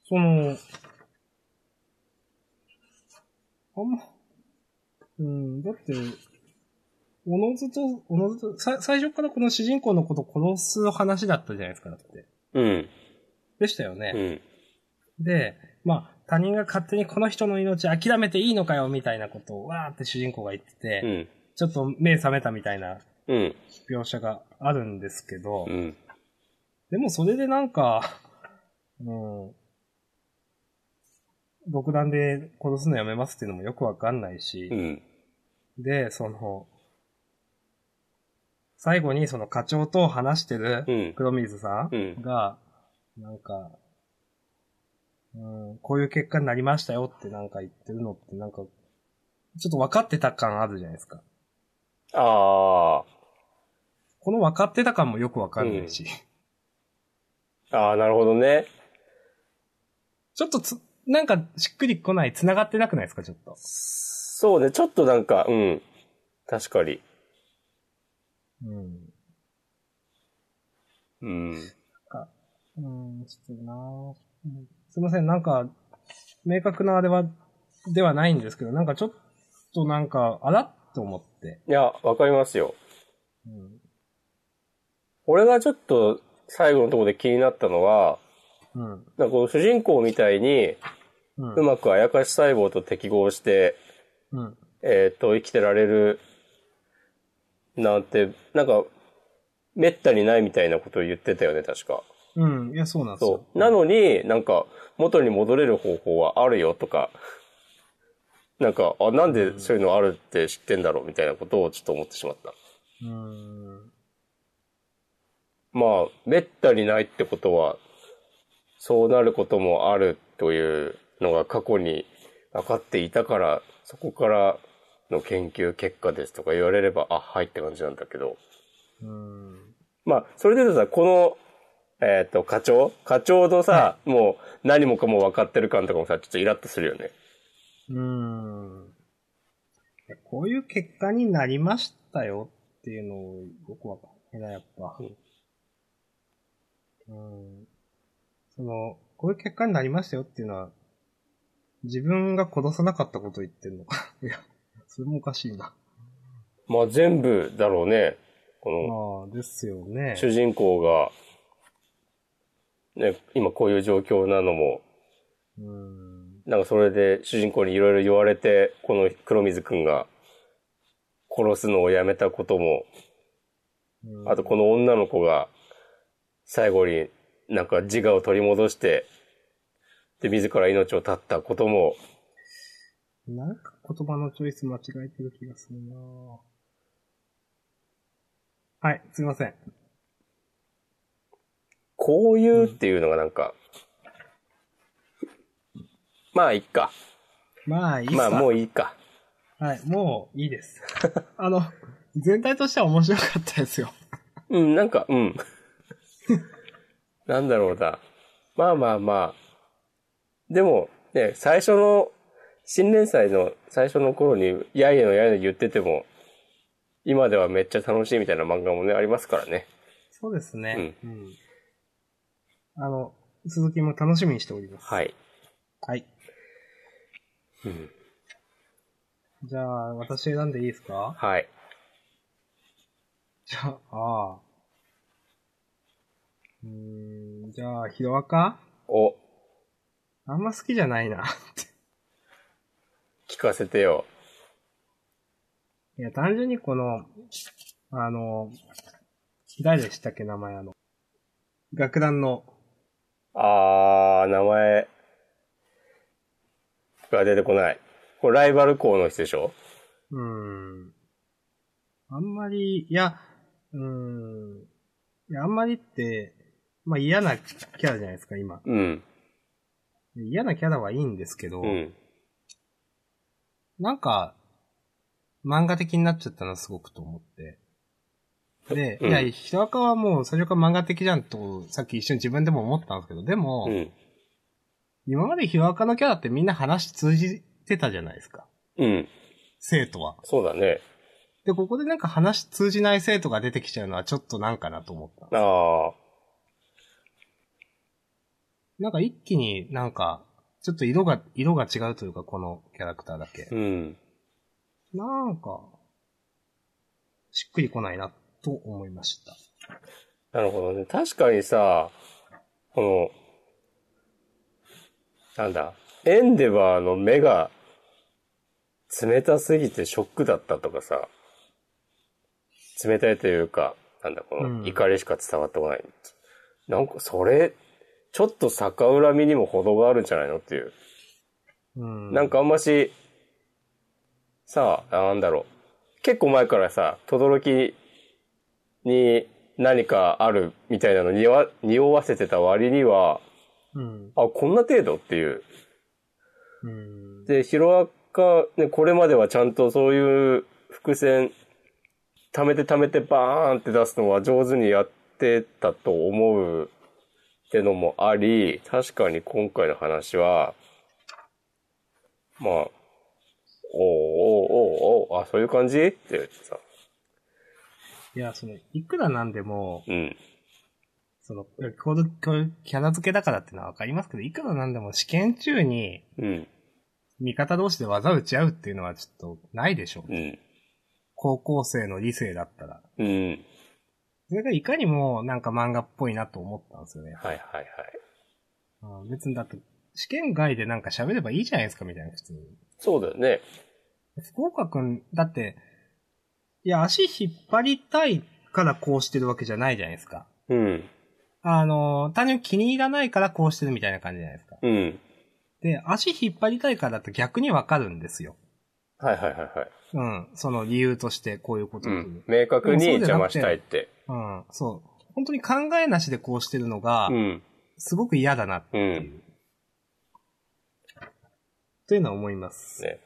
その、あんま、うん、だって、おのずと、おのずと、さ、最初からこの主人公のことを殺す話だったじゃないですか、だって。
うん。
でしたよ
う
ね。
ん。
で、まあ、他人が勝手にこの人の命諦めていいのかよ、みたいなことを、わーって主人公が言ってて、
うん。
ちょっと目覚めたみたいな
うん。
描写があるんですけど、
うん。
でもそれでなんか、 うん、独断で殺すのやめますっていうのもよくわかんないし
う、ん。
で、その、最後にその課長と話して
う
る、
ん。
黒水さ
うんん
が、なんか、うん、こういう結果になりましたよってなんか言ってるのってなんか、ちょっと分かってた感あるじゃないですか。
あ
この分かってた感もよく分かんないし。
あ。ああ、なるほどね。
ちょっとつ、なんかしっくりこない、繋がってなくないですか、ちょっと。
そうね、ちょっとなんか、うん。確かに。
うん。
うん。
うん、ちょっとなぁうんすいません、なんか、明確なあれは、ではないんですけど、なんかちょっとなんか、あらっと思って。
いや、わかりますよ。
うん。
俺がちょっと最後のところで気になったのは、
うん。
なんかこの主人公みたいに
うん
う。まくあやかし細胞と適合して、
うん。
えっ、と、生きてられるなんて、なんか、めったにないみたいなことを言ってたよね、確か。
うん。いや、そうなんですよ
そ。う。なのに、なんか、元に戻れる方法はあるよとか、なんか、あ、なんでそういうのあるって知ってんだろうみたいなことをちょっと思ってしまった。
うん。
まあ、めったにないってことは、そうなることもあるというのが過去に分かっていたから、そこからの研究結果ですとか言われれば、あ、はいって感じなんだけど。
うん。
まあ、それで言うとさ、この、えっ、と、課長課長のさ、もう何もかも分かってる感とかもさ、ちょっとイラッとするよね。
うん。いやこういう結果になりましたよっていうのを、よくわかんないな、やっぱ。うん。その、こういう結果になりましたよっていうのは、自分が殺さなかったことを言ってるのか。 いや、それもおかしいな。
まあ、全部だろうね。この、
まあ、ですよね。
主人公が、ね、今こういう状況なのも、
うん。
なんかそれで主人公にいろいろ言われて、この黒水くんが殺すのをやめたことも、あとこの女の子が最後になんか自我を取り戻して、で、自ら命を絶ったことも、
の、なんか言葉のチョイス間違えてる気がするなはい、すいません。
こういうっていうのがなんか、まあいいか。
まあ、いいっす
まあも
う。
ういいか。
はい、もういいです。 あの、全体としては面白かったですよ。
うん、なんか、うん。 なんだろうな。まあまあまあ。でも、ね、最初の、新連載の最初の頃に、やいのやいの言ってても、今ではめっちゃ楽しいみたいな漫画もね、ありますからね。
そうですね。うん。あの、鈴木も楽しみにしております。
はい。
はい。
うん
じゃあ、私選んでいいですか
はい。
じゃあ、ああ。うーん、じゃあ、ヒロアカ
お、
あんま好きじゃないな。
聞かせてよ。
いや、単純にこの、あの、誰でしたっけ、名前あの。楽団の、
あー、名前が出てこない。これライバル校の人でしょ
うーん。あんまり、いや、うーん。いや、あんまりって、まあ嫌なキャラじゃないですか、今。
うん。
嫌なキャラはいいんですけど、
うん。
なんか、漫画的になっちゃったな、すごくと思って。で、
うん
いや、ヒロアカはもう最初から漫画的じゃんと、さっき一瞬自分でも思ったんですけど、でも、
うん。
今までヒロアカのキャラってみんな話通じてたじゃないですか。
うん。
生徒は。
そうだね。
で、ここでなんか話通じない生徒が出てきちゃうのはちょっとなんかなと思った。
あ
なんか一気になんか、ちょっと色が、色が違うというか、このキャラクターだけ
ー、。うん。
なんか、しっくりこないな、と思いました。
なるほどね。確かにさ、この、なんだ、エンデバーの目が冷たすぎてショックだったとかさ、冷たいというか、なんだ、こ
うん
の怒りしか伝わってこない。なんか、それ、ちょっと逆恨みにも程があるんじゃないのっていう。
うん。
なん、かあんまし、さあ、なんだろう。結構前からさ、轟に何かあるみたいなのにわ匂わせてた割には、
うん。
あ、こんな程度っていう。
うん。
で、ヒロアカ、ね、これまではちゃんとそういう伏線、溜めて溜めてバーンって出すのは上手にやってたと思うってのもあり、確かに今回の話は、まあ、おーおーおーおーあ、そういう感じって言ってさ。
いや、その、いくらなんでも、
うん。
その、いやこのこのキャラ付けだからってのはわかりますけど、いくらなんでも試験中に、
うん。
味方同士で技打ち合うっていうのはちょっとないでしょう。
うん。
高校生の理性だったら。
うん。
それがいかにもなんか漫画っぽいなと思ったんですよね。
はいはいはい。
うん別にだって、試験外でなんか喋ればいいじゃないですかみたいな、普通に。
そうだよね。
福岡くん、だって、いや、足引っ張りたいからこうしてるわけじゃないじゃないですか。
うん。
あの、単純に気に入らないからこうしてるみたいな感じじゃないですか。
うん。
で、足引っ張りたいからだと逆にわかるんですよ。
はいはいはいはい。
うん。その理由としてこういうこと
う
をする。
ん。明確に邪魔したいって。
うん、そう。本当に考えなしでこうしてるのが
う、ん。
すごく嫌だなって
う
いう。
ん。
というのは思います。
ね。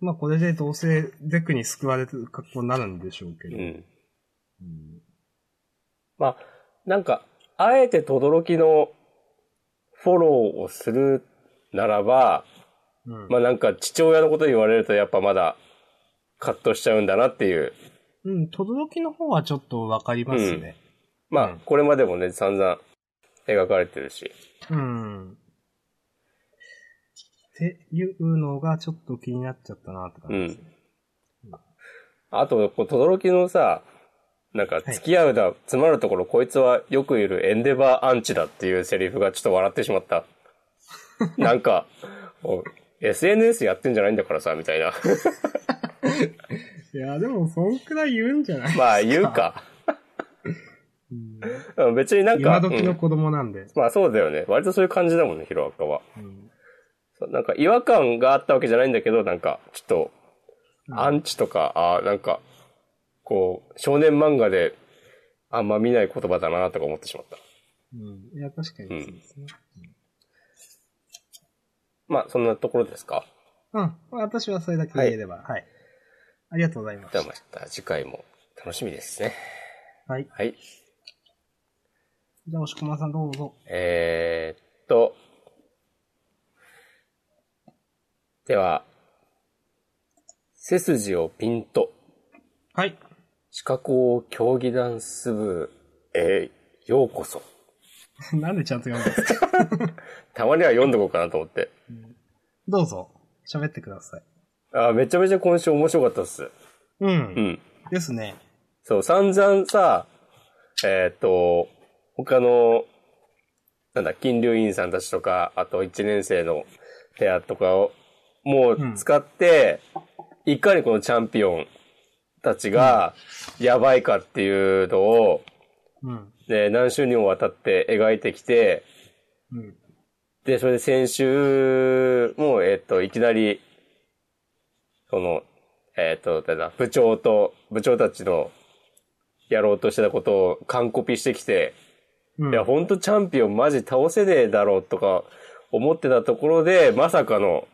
まあ、これでどうせデクに救われる格好になるんでしょうけ
う
ど。
ん。
うん
まあ、なんか、あえて轟のフォローをするならば、
うん
まあなんか父親のこと言われるとやっぱまだカッとしちゃうんだなっていう。
うん、轟の方はちょっとわかりますね。う
まあ
ん、
これまでもね、散々描かれてるし。
うん。っていうのがちょっと気になっちゃったなって感じですね。
あと、こう轟のさ、なんか、付き合うだ、詰まるところ、こいつはよくいるエンデバーアンチだっていうセリフがちょっと笑ってしま った。なんか、お SNS やってんじゃないんだからさ、みたいな。
いや、でも、そんくらい言うんじゃない、
まあ、言うか。
うん
うん別になんか、
今時
う
の
ん
子供なんで。
まあそうだよね。割とそういう感じだもんね、ヒロアカは。
うん
そうなんか違和感があったわけじゃないんだけど、なんか、ちょっと、アンチとか、ああ、なんか、こう、少年漫画であんま見ない言葉だなとか思ってしまった。
うん。いや、確かにそうですね。
まあ、そんなところですか。
うん。私はそれだけ言えれば。はい。ありがとうございま
では
し
また次回も楽しみですね。
た。はい。
はい。
じゃあ、押駒さんどうぞ。
えー、っと。では、背筋をピンと。
はい。
四角を競技ダンス部へようこそ。
なんでちゃんと読むんですか
たまには読んでこうかなと思って。
どうぞ。喋ってください。
あーめちゃめちゃ今週面白かったっす。
うん。
うん。
ですね。
そう、散々さ、えーっ、と、他の、なんだ、金龍院さんたちとか、あと1年生のペアとかを、もう使って、いかにこのチャンピオンたちが、やばいかっていうのを、
うん。
で、何週にもわたって描いてきて、
うん。
で、それで先週も、えっ、と、いきなり、その、えっ、と、なんだ、部長と、部長たちの、やろうとしてたことを完コピしてきて、
うん。
いや、ほんとチャンピオンマジ倒せねえだろうとか、思ってたところで、まさかの、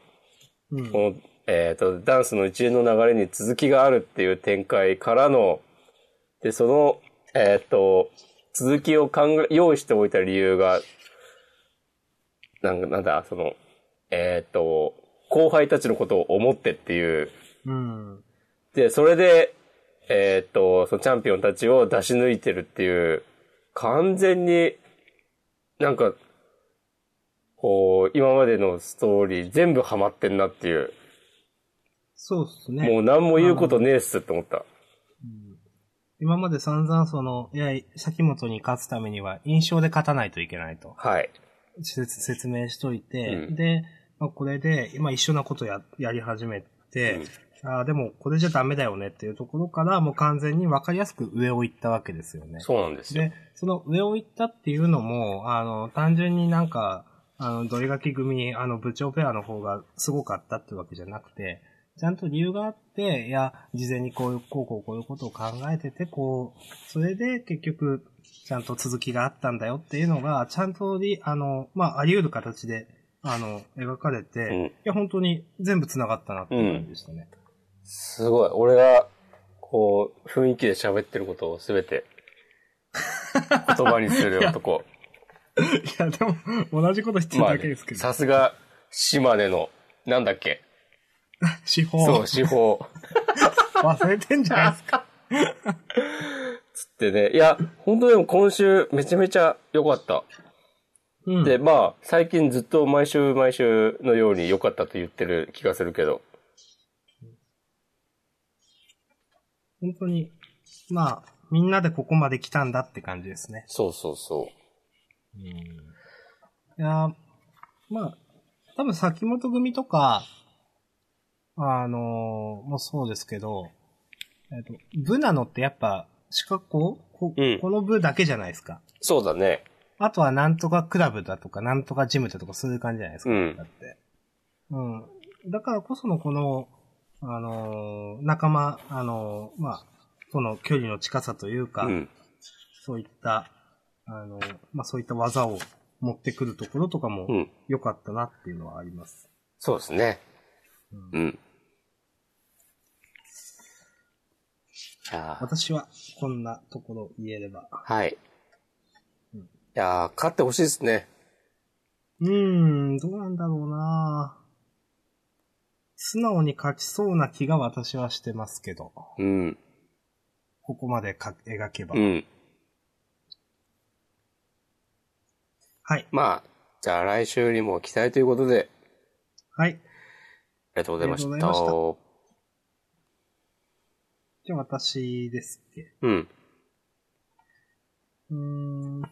うん
この、えっ、と、ダンスの一連の流れに続きがあるっていう展開からの、で、その、えっ、と、続きを考え、用意しておいた理由が、なんか、なんだ、その、えっ、と、後輩たちのことを思ってっていう、
うん。
で、それで、えっ、と、そのチャンピオンたちを出し抜いてるっていう、完全に、なんか、こう、今までのストーリー全部ハマってんなっていう。
そうっすね。
もう何も言うことねえっすって思った。
今まで散々その、いや、先元に勝つためには印象で勝たないといけないと。
はい。
せつ説明しといて、
うん
で、まあ、これで、今一緒なことや、やり始めて、ああ、でもこれじゃダメだよねっていうところから、もう完全に分かりやすく上を行ったわけですよね。
そうなんですよ。
で、その上を行ったっていうのも、あの、単純になんか、あの、どれがき組、あの、部長ペアの方がすごかったってわけじゃなくて、ちゃんと理由があって、いや、事前にこういう、こうこうこういうことを考えてて、こう、それで結局、ちゃんと続きがあったんだよっていうのが、ちゃんとり、あの、まあ、あり得る形で、あの、描かれて、
うん
いや、本当に全部繋がったなっていう感じでしたね。
すごい。俺が、こう、雰囲気で喋ってることをすべて、言葉に する男。
いや、でも、同じこと言ってる
まあ
だけですけ、ど、
さすが、島根の、なんだっけ
司法
そう、司法。
忘れてんじゃないです か。
つってね。いや、本当でも今週、めちゃめちゃ良かった。
うん
で、まあ、最近ずっと毎週毎週のように良かったと言ってる気がするけど。
本当に、まあ、みんなでここまで来たんだって感じですね。
そうそうそ
いやー、まあ、多分先元組とか、あのーもうそうですけど、えっと、部なのってやっぱ、四角ここ
うん
この部だけじゃないですか。
う。そうだね。
あとはなんとかクラブだとか、なんとかジムだとか、そういう感じじゃないですか。
うん
だって。うん。だからこそのこの、あのー仲間、あのーまあ、との距離の近さという
う
か、
ん。
そういった、あの、まあ、そういった技を持ってくるところとかも
うん。
良かったなっていうのはあります。
そうですね。うん。いやー
私はこんなところ言えれば。
はい。
うん
いやー勝ってほしいですね。
うーん、どうなんだろうな素直に勝ちそうな気が私はしてますけど。
うん。
ここまでか描けば。
うん。
はい。
まあ、じゃあ来週にも期待ということで、
はい。
ありがとうございました。
ありがとうごじゃあ私ですっけ。
うん。
うーん。と、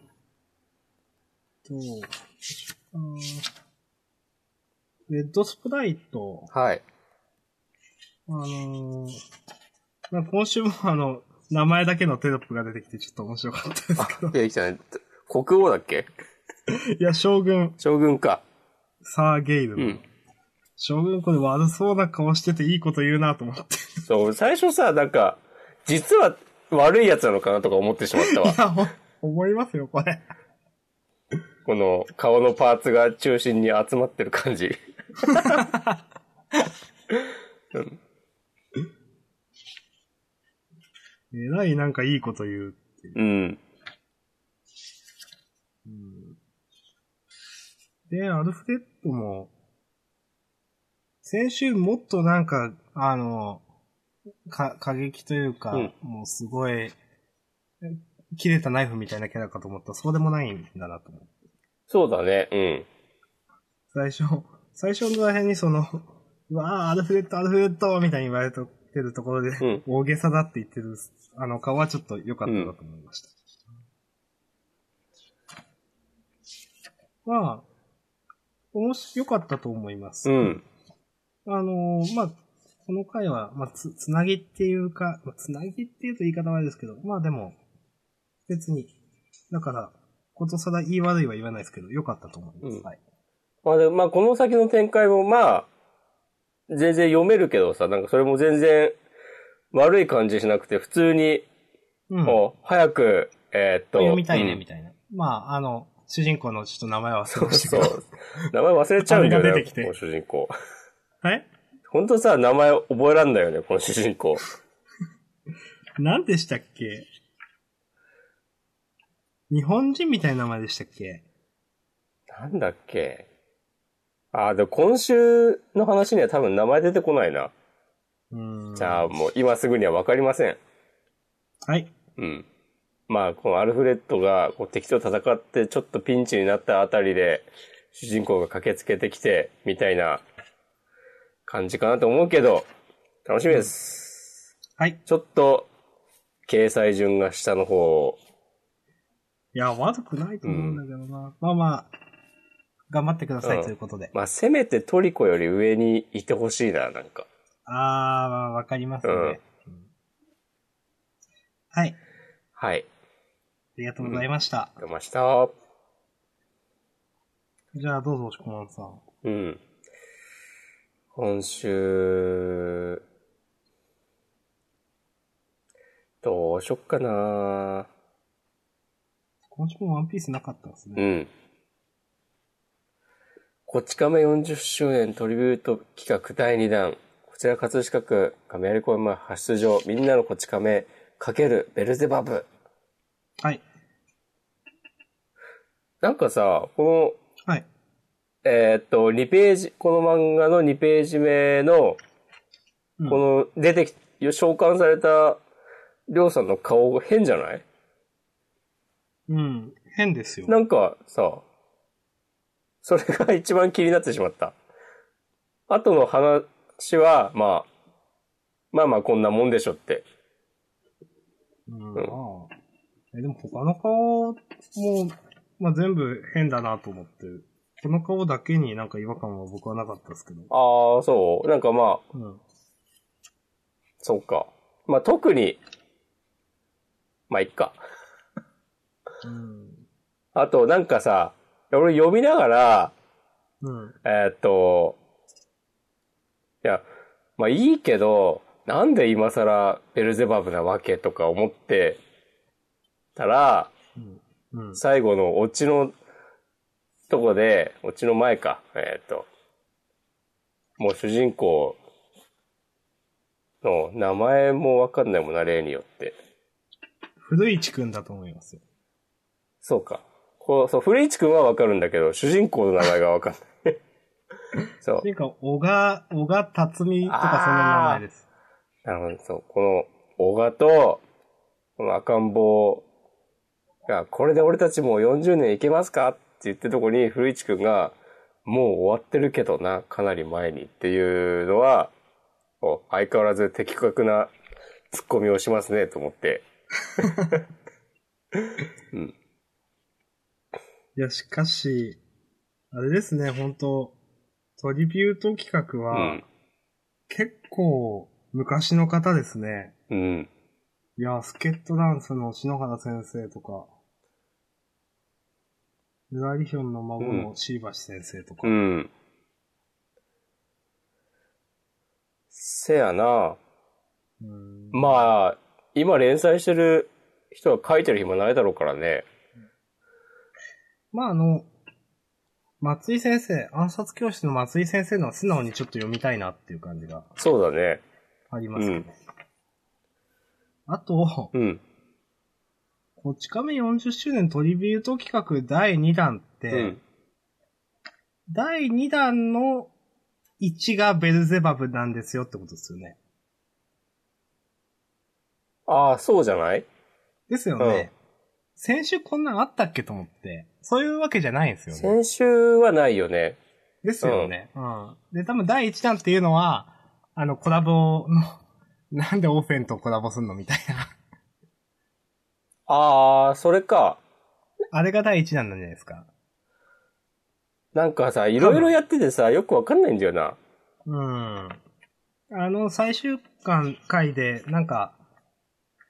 うーん。レッドスプライト。
はい。
あのー、まあ、今週もあの、名前だけのテロップが出てきてちょっと面白かったです
あ、出てきたね。国王だっけ
けど。いや、将軍、
将軍か。
サーゲイル
う
の、
ん。
将軍これ悪そうな顔してていいこと言うなと思って。
そう、最初さ、なんか、実は悪いやつなのかなとか思ってしまったわ
い。や、ほん思いますよ、これ。
この顔のパーツが中心に集まってる感じ。うん
えらいなんかいいこと言うっていう。
うん。
で、アルフレッドも、先週もっとなんか、あの、か、過激というか、
うん
もうすごい、切れたナイフみたいなキャラかと思ったら、そうでもないんだなと思って。
そうだね。うん。
最初、最初の辺にその、うわあ、アルフレッド、アルフレッドみたいに言われてるところで、
うん
大げさだって言ってる、あの顔はちょっと良かったなと思いました。まあ、おもし、良かったと思います。
うん。
あのーまあ、この回は、まあ、つ、つなぎっていうか、まあつなぎっていうと言い方はあれですけど、まあでも、別に、だから、ことさら言い悪いは言わないですけど、良かったと思います。
うん
はい。
まあでも、まあこの先の展開もまあ、全然読めるけどさ、なんかそれも全然悪い感じしなくて、普通に、
うん。
もう早く、えーっと。
読みたいね、
うん
みたいな。まあ、あの、主人公のちょっと名前は忘れましたけ
そ
ど。
う。名前忘れちゃうんだよね。
あれが出てきて
この主人公。
はい
ほんとさ、名前覚えらんだよね、この主人公。
何でしたっけ日本人みたいな名前でしたっけ
なんだっけ。あ、でも今週の話には多分名前出てこないな。
うーん。
じゃあもう今すぐにはわかりません。
はい。
うん。まあ、このアルフレッドがこう敵と戦ってちょっとピンチになったあたりで、主人公が駆けつけてきて、みたいな感じかなと思うけど、楽しみです。
はい。
ちょっと、掲載順が下の方を、
いや、悪くないと思うんだけどな。まあまあ、頑張ってくださいということで。
まあ、せめてトリコより上にいてほしいな、なんか。
あー、まあわかりますね、
うん
うんはい。
はい。
ありがとうございました。
出ました。
じゃあ、どうぞ、押し込まんさん。
うん。今週、どうしよっかな
今週もワンピースなかったです
う
ね。
ん。こち亀40周年トリビュート企画第2弾。こちら葛飾区亀有公園前派出所、みんなのこち亀×ベルゼバブ。
はい。
なんかさ、この
はい。
えーっと、2ページ、この漫画の2ページ目の、
うん
この出てき、召喚された、りょうさんの顔が変じゃない
うん。変ですよ。
なんかさ、それが一番気になってしまった。後の話は、まあ、まあまあこんなもんでしょって。
うん。
うん
まあえでも他の顔も、まあ、全部変だなと思って、この顔だけになんか違和感は僕はなかったですけど。
ああ、そう。なんかまあ、
うん。
そうか。まあ特に、まあいっか。
うん。
あとなんかさ、俺読みながら、
うん。
えーっと、いや、まあいいけど、なんで今更ベルゼバブなわけとか思ってたら、
うん。うん。
最後のオチのとこで、オチの前か、えーっと、もう主人公の名前もわかんないもんな、例によって。
古市くんだと思いますよ。
そうか。こう、そう、古市くんはわかるんだけど、主人公の名前がわかんない。そう
と。いうか、小賀、小賀辰巳とかその名前です。
なるほど、そう。この、小賀と、この赤ん坊が、これで俺たちもう40年いけますかって言ってるとこに、古市くんが、もう終わってるけどな、かなり前にっていうのは、お相変わらず的確なツッコミをしますね、と思って。
いや、しかし、あれですね、本当トリビュート企画
う
は
ん、。
結構昔の方ですね。
うん。
いや、スケットダンスの篠原先生とか、ぬらりひょんの孫の椎橋先生とか、
うん。せやな。
うん
まあ、今連載してる人は書いてる暇ないだろうからね。
まああの、松井先生、暗殺教室の松井先生のは素直にちょっと読みたいなっていう感じが
そうだね。
ありますけどね。あと、
うん。
こち亀40周年トリビュート企画第2弾って、
うん。
第2弾の1がベルゼバブなんですよってことですよね。
ああ、そうじゃない
ですよね。先週こんなんあったっけと思って。そういうわけじゃないんですよね。
先週はないよね。
ですよね。うん。で、多分第1弾っていうのは、あの、コラボの、 なんでオーフェンとコラボすんのみたいな。
ああ、それか。
あれが第1弾なんじゃないですか。
なんかさ、いろいろやっててさ、よくわかんないんだよな。
うん。あの、最終巻回で、なんか、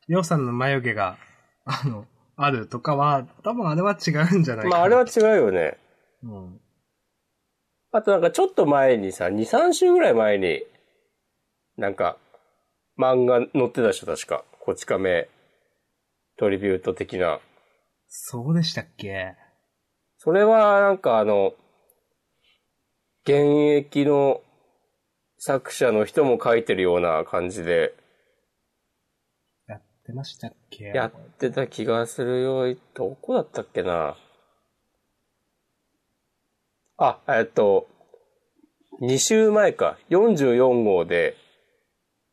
りょうさんの眉毛が、あの、あるとかは、多分あれは違うんじゃないかな。
まあ、あれは、違うよね。
うん。
あとなんかちょっと前にさ、2、3週ぐらい前に、なんか、漫画載ってたでしょ、確か。こち亀、トリビュート的な。
そうでしたっけ
それはなんかあの、現役の作者の人も書いてるような感じで、
やってましたっけ
やってた気がするよ。どこだったっけな。あ、えっと、2週前か。44号で、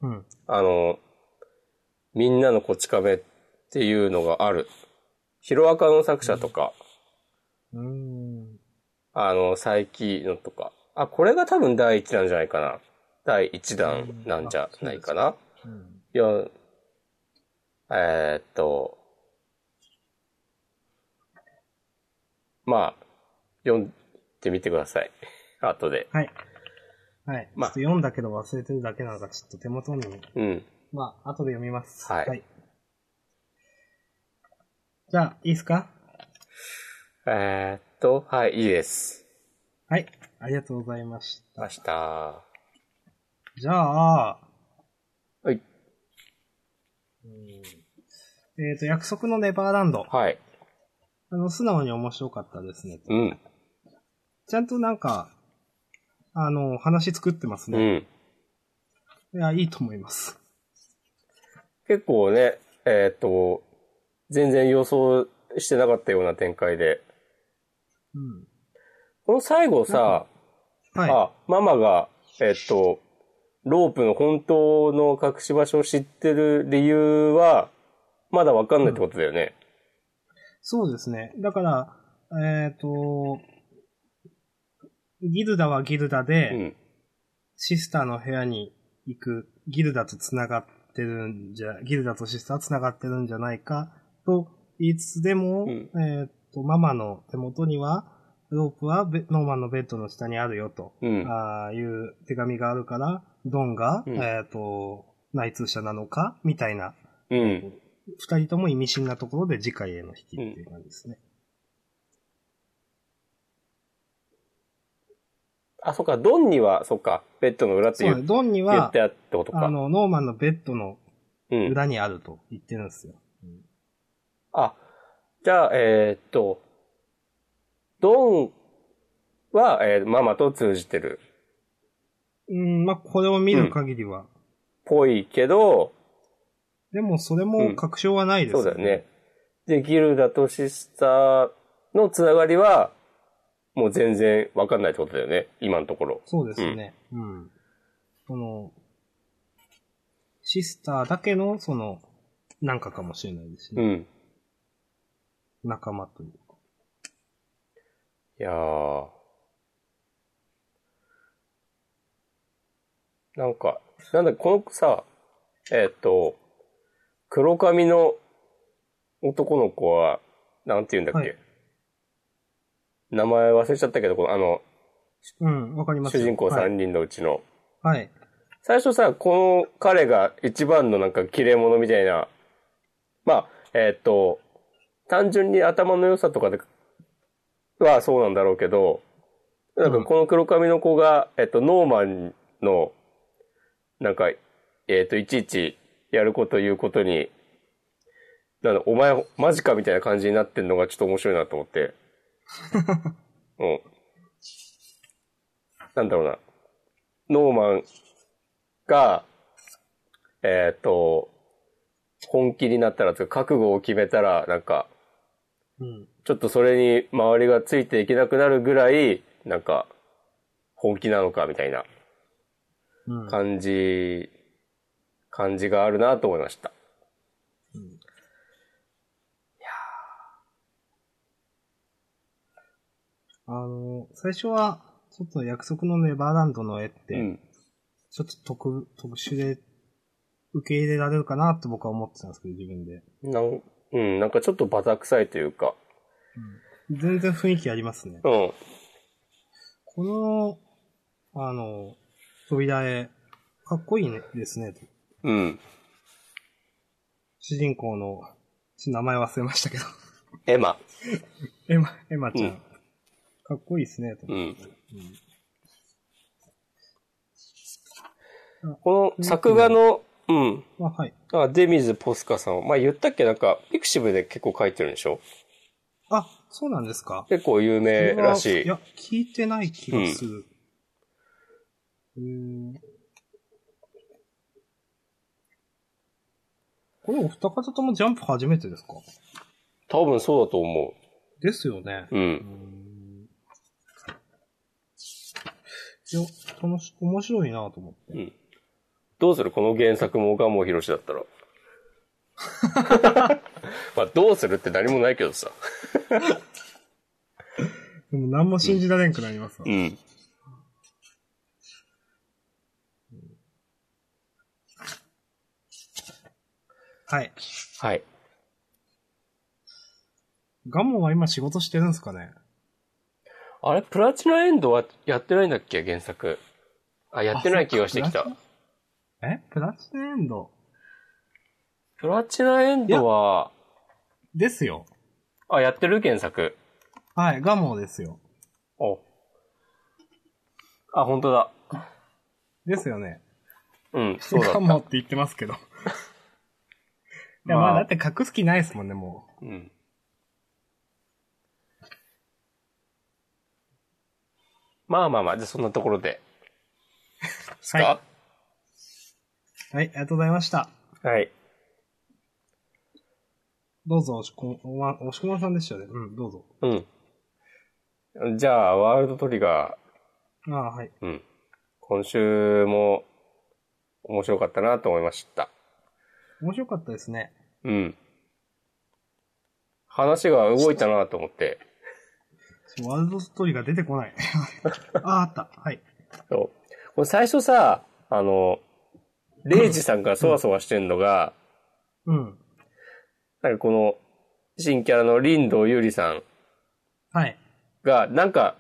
うん。
あの、みんなのこち亀っていうのがある。ヒロアカの作者とか、
うーん。
あの、再起のとか。あ、これが多分第1弾じゃないかな。第1弾なんじゃないかな。
うん。
いや、えーっと、まあ、読んでみてください。 後で。
はい。はい。
ま
ちょ
あ
っと読んだけど忘れてるだけなのがちょっと手元に、
うん。
まあ、後で読みます。
はい
じゃあ、いいですか
えーっと、はい、いいです。
はい。ありがとうございました。
明日。
じゃあ、
はい。
えっ、と、約束のネバーランド。
はい。
あの、素直に面白かったですね。
うん。
ちゃんとなんか、あの、話作ってます
う
ね。
ん。
いや、いいと思います。
結構ね、えーっと、全然予想してなかったような展開で。
うん。
この最後さ、
はい。
あ、ママが、えーっと、ロープの本当の隠し場所を知ってる理由は、まだわかんないってことだよね。
そうですね。だから、えっ、と、ギルダはギルダで、
うん。
シスターの部屋に行く、ギルダと繋がってるんじゃ、ギルダとシスターは繋がってるんじゃないか、と言いつつでも、
うん
えーっと、ママの手元には、ロープはベノーマンのベッドの下にあるよと、
うん。
ああいう手紙があるから、ドンが、
うん
えーっと、内通者なのか、みたいな、
うん。
二人とも意味深なところで次回への引きっていう感じですね。
あ、そっか、ドンには、そっか、ベッドの裏って
そう
言
だね、ドンに
言っ
は
て、あったってこと
あ
か。
の、ノーマンのベッドの
うん。
裏にあると言ってるんですよ。
あ、じゃあ、えーっと、ドンは、えーママと通じてる。
うん、まあ、これを見る限りは、
ぽいけど、
でも、それも確証はないです、
そうだよね。。で、ギルダとシスターのつながりは、もう全然わかんないってことだよね。今のところ。
そうですね。うん。その、シスターだけの、その、なんかかもしれないです
う
ね。
ん。
仲間というか。
いやー。なんか、なんだ、このさ、えーっと、黒髪の男の子は、なんて言うんだっけ、
はい
名前忘れちゃったけど、このあの、
うん、わかります
主
よ
人公
は
3
い。
人のうちの、
はい。
最初さ、この彼が一番のなんか綺麗者みたいな、まあ、えーっと、単純に頭の良さとかで、はそうなんだろうけど、なんかこの黒髪の子が、えっと、ノーマンの、なんか、えーっと、いちいちやること言うことに、なんだ、お前、マジかみたいな感じになってんのがちょっと面白いなと思って。うん。なんだろうな。ノーマンが、えっ、と、本気になったら、つうか覚悟を決めたら、なんか、
うん。
ちょっとそれに周りがついていけなくなるぐらい、なんか、本気なのか、みたいな
うん。
感じ、感じがあるなと思いました。
うんあの、最初は、ちょっと約束のネバーランドの絵って、
うん。
ちょっと特、特殊で、受け入れられるかなって僕は思ってたんですけど、自分で。
なん、うん、なんかちょっとバタ臭いというか。
全然雰囲気あります ね。
うん。
この、あの、扉絵、かっこいいねですね。
うん。
主人公の、ちょっと名前忘れましたけど、
エマ。
エマ、エマちゃん。
うん
かっこいいですね。と
う
う
ん。
ん
この作画の、うん。
まあ、はい。
あ、デミズ・ポスカさんは、まあ、言ったっけなんか、ピクシブで結構書いてるんでしょ
あ、そうなんですか。
結構有名
これは
らしい。
いや、聞いてない気がする。うーん。これお二方ともジャンプ初めてですか
多分そうだと思
ですよね。
う。う。
うんん。いや、楽し、面白いなと思って。
うん。どうするこの原作も岡本博士だった ら。まあ、どうするって何もないけどさ。
でも何も信じられんくなりますわ
うん。
はい。
はい。
ガモンは今仕事してるんですかね
あれプラチナエンドはやってないんだっけ原作。あ、やってない気がしてきた。
えプラチナエンド
プラチナエンドは、
ですよ。
あ、やってる原作。
はい、ガモンですよ。
お。あ、本当だ。
ですよね。
うん、そうだ
ガ
っ
ンモ
た。
って言ってます けど。いや、まあ、だって隠す気ないですもんね、も
うん。まあまあまあ、じゃあそんなところで。ですか
う。はい、ありがとうございました。
はい。
どうぞ、押しこま、押しこまさんでしたよね。うん、どうぞ。
うん。じゃあ、ワールドトリガ
ああ、はい。
ー、うん。今週も面白かったなと思いました。
面白かったですね。
うん。話が動いたなと思って。
ワールドストーリーが出てこ ない。あ、あった。はい。
そう。これ最初さ、あの、レイジさんがそわそわしてんのが、
うん。
なんかこの、新キャラの林道優里さん
はい。
が、なんか、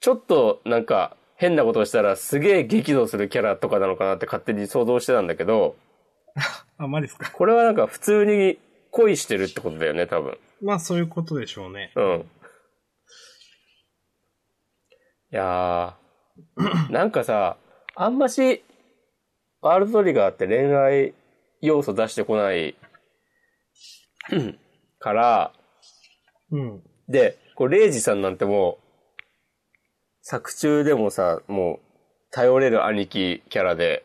ちょっとなんか変なことをしたらすげえ激怒するキャラとかなのかなって勝手に想像してたんだけど、
あ、まあ、ですか。
これはなんか普通に恋してるってことだよね、多分。
まあ、そういうことでしょうね。
うん。いやー、なんかさ、あんまし、ワールドトリガーって恋愛要素出してこない うんから、
うん。
で、こう、レイジさんなんてもう、作中でもさ、もう、頼れる兄貴キャラで、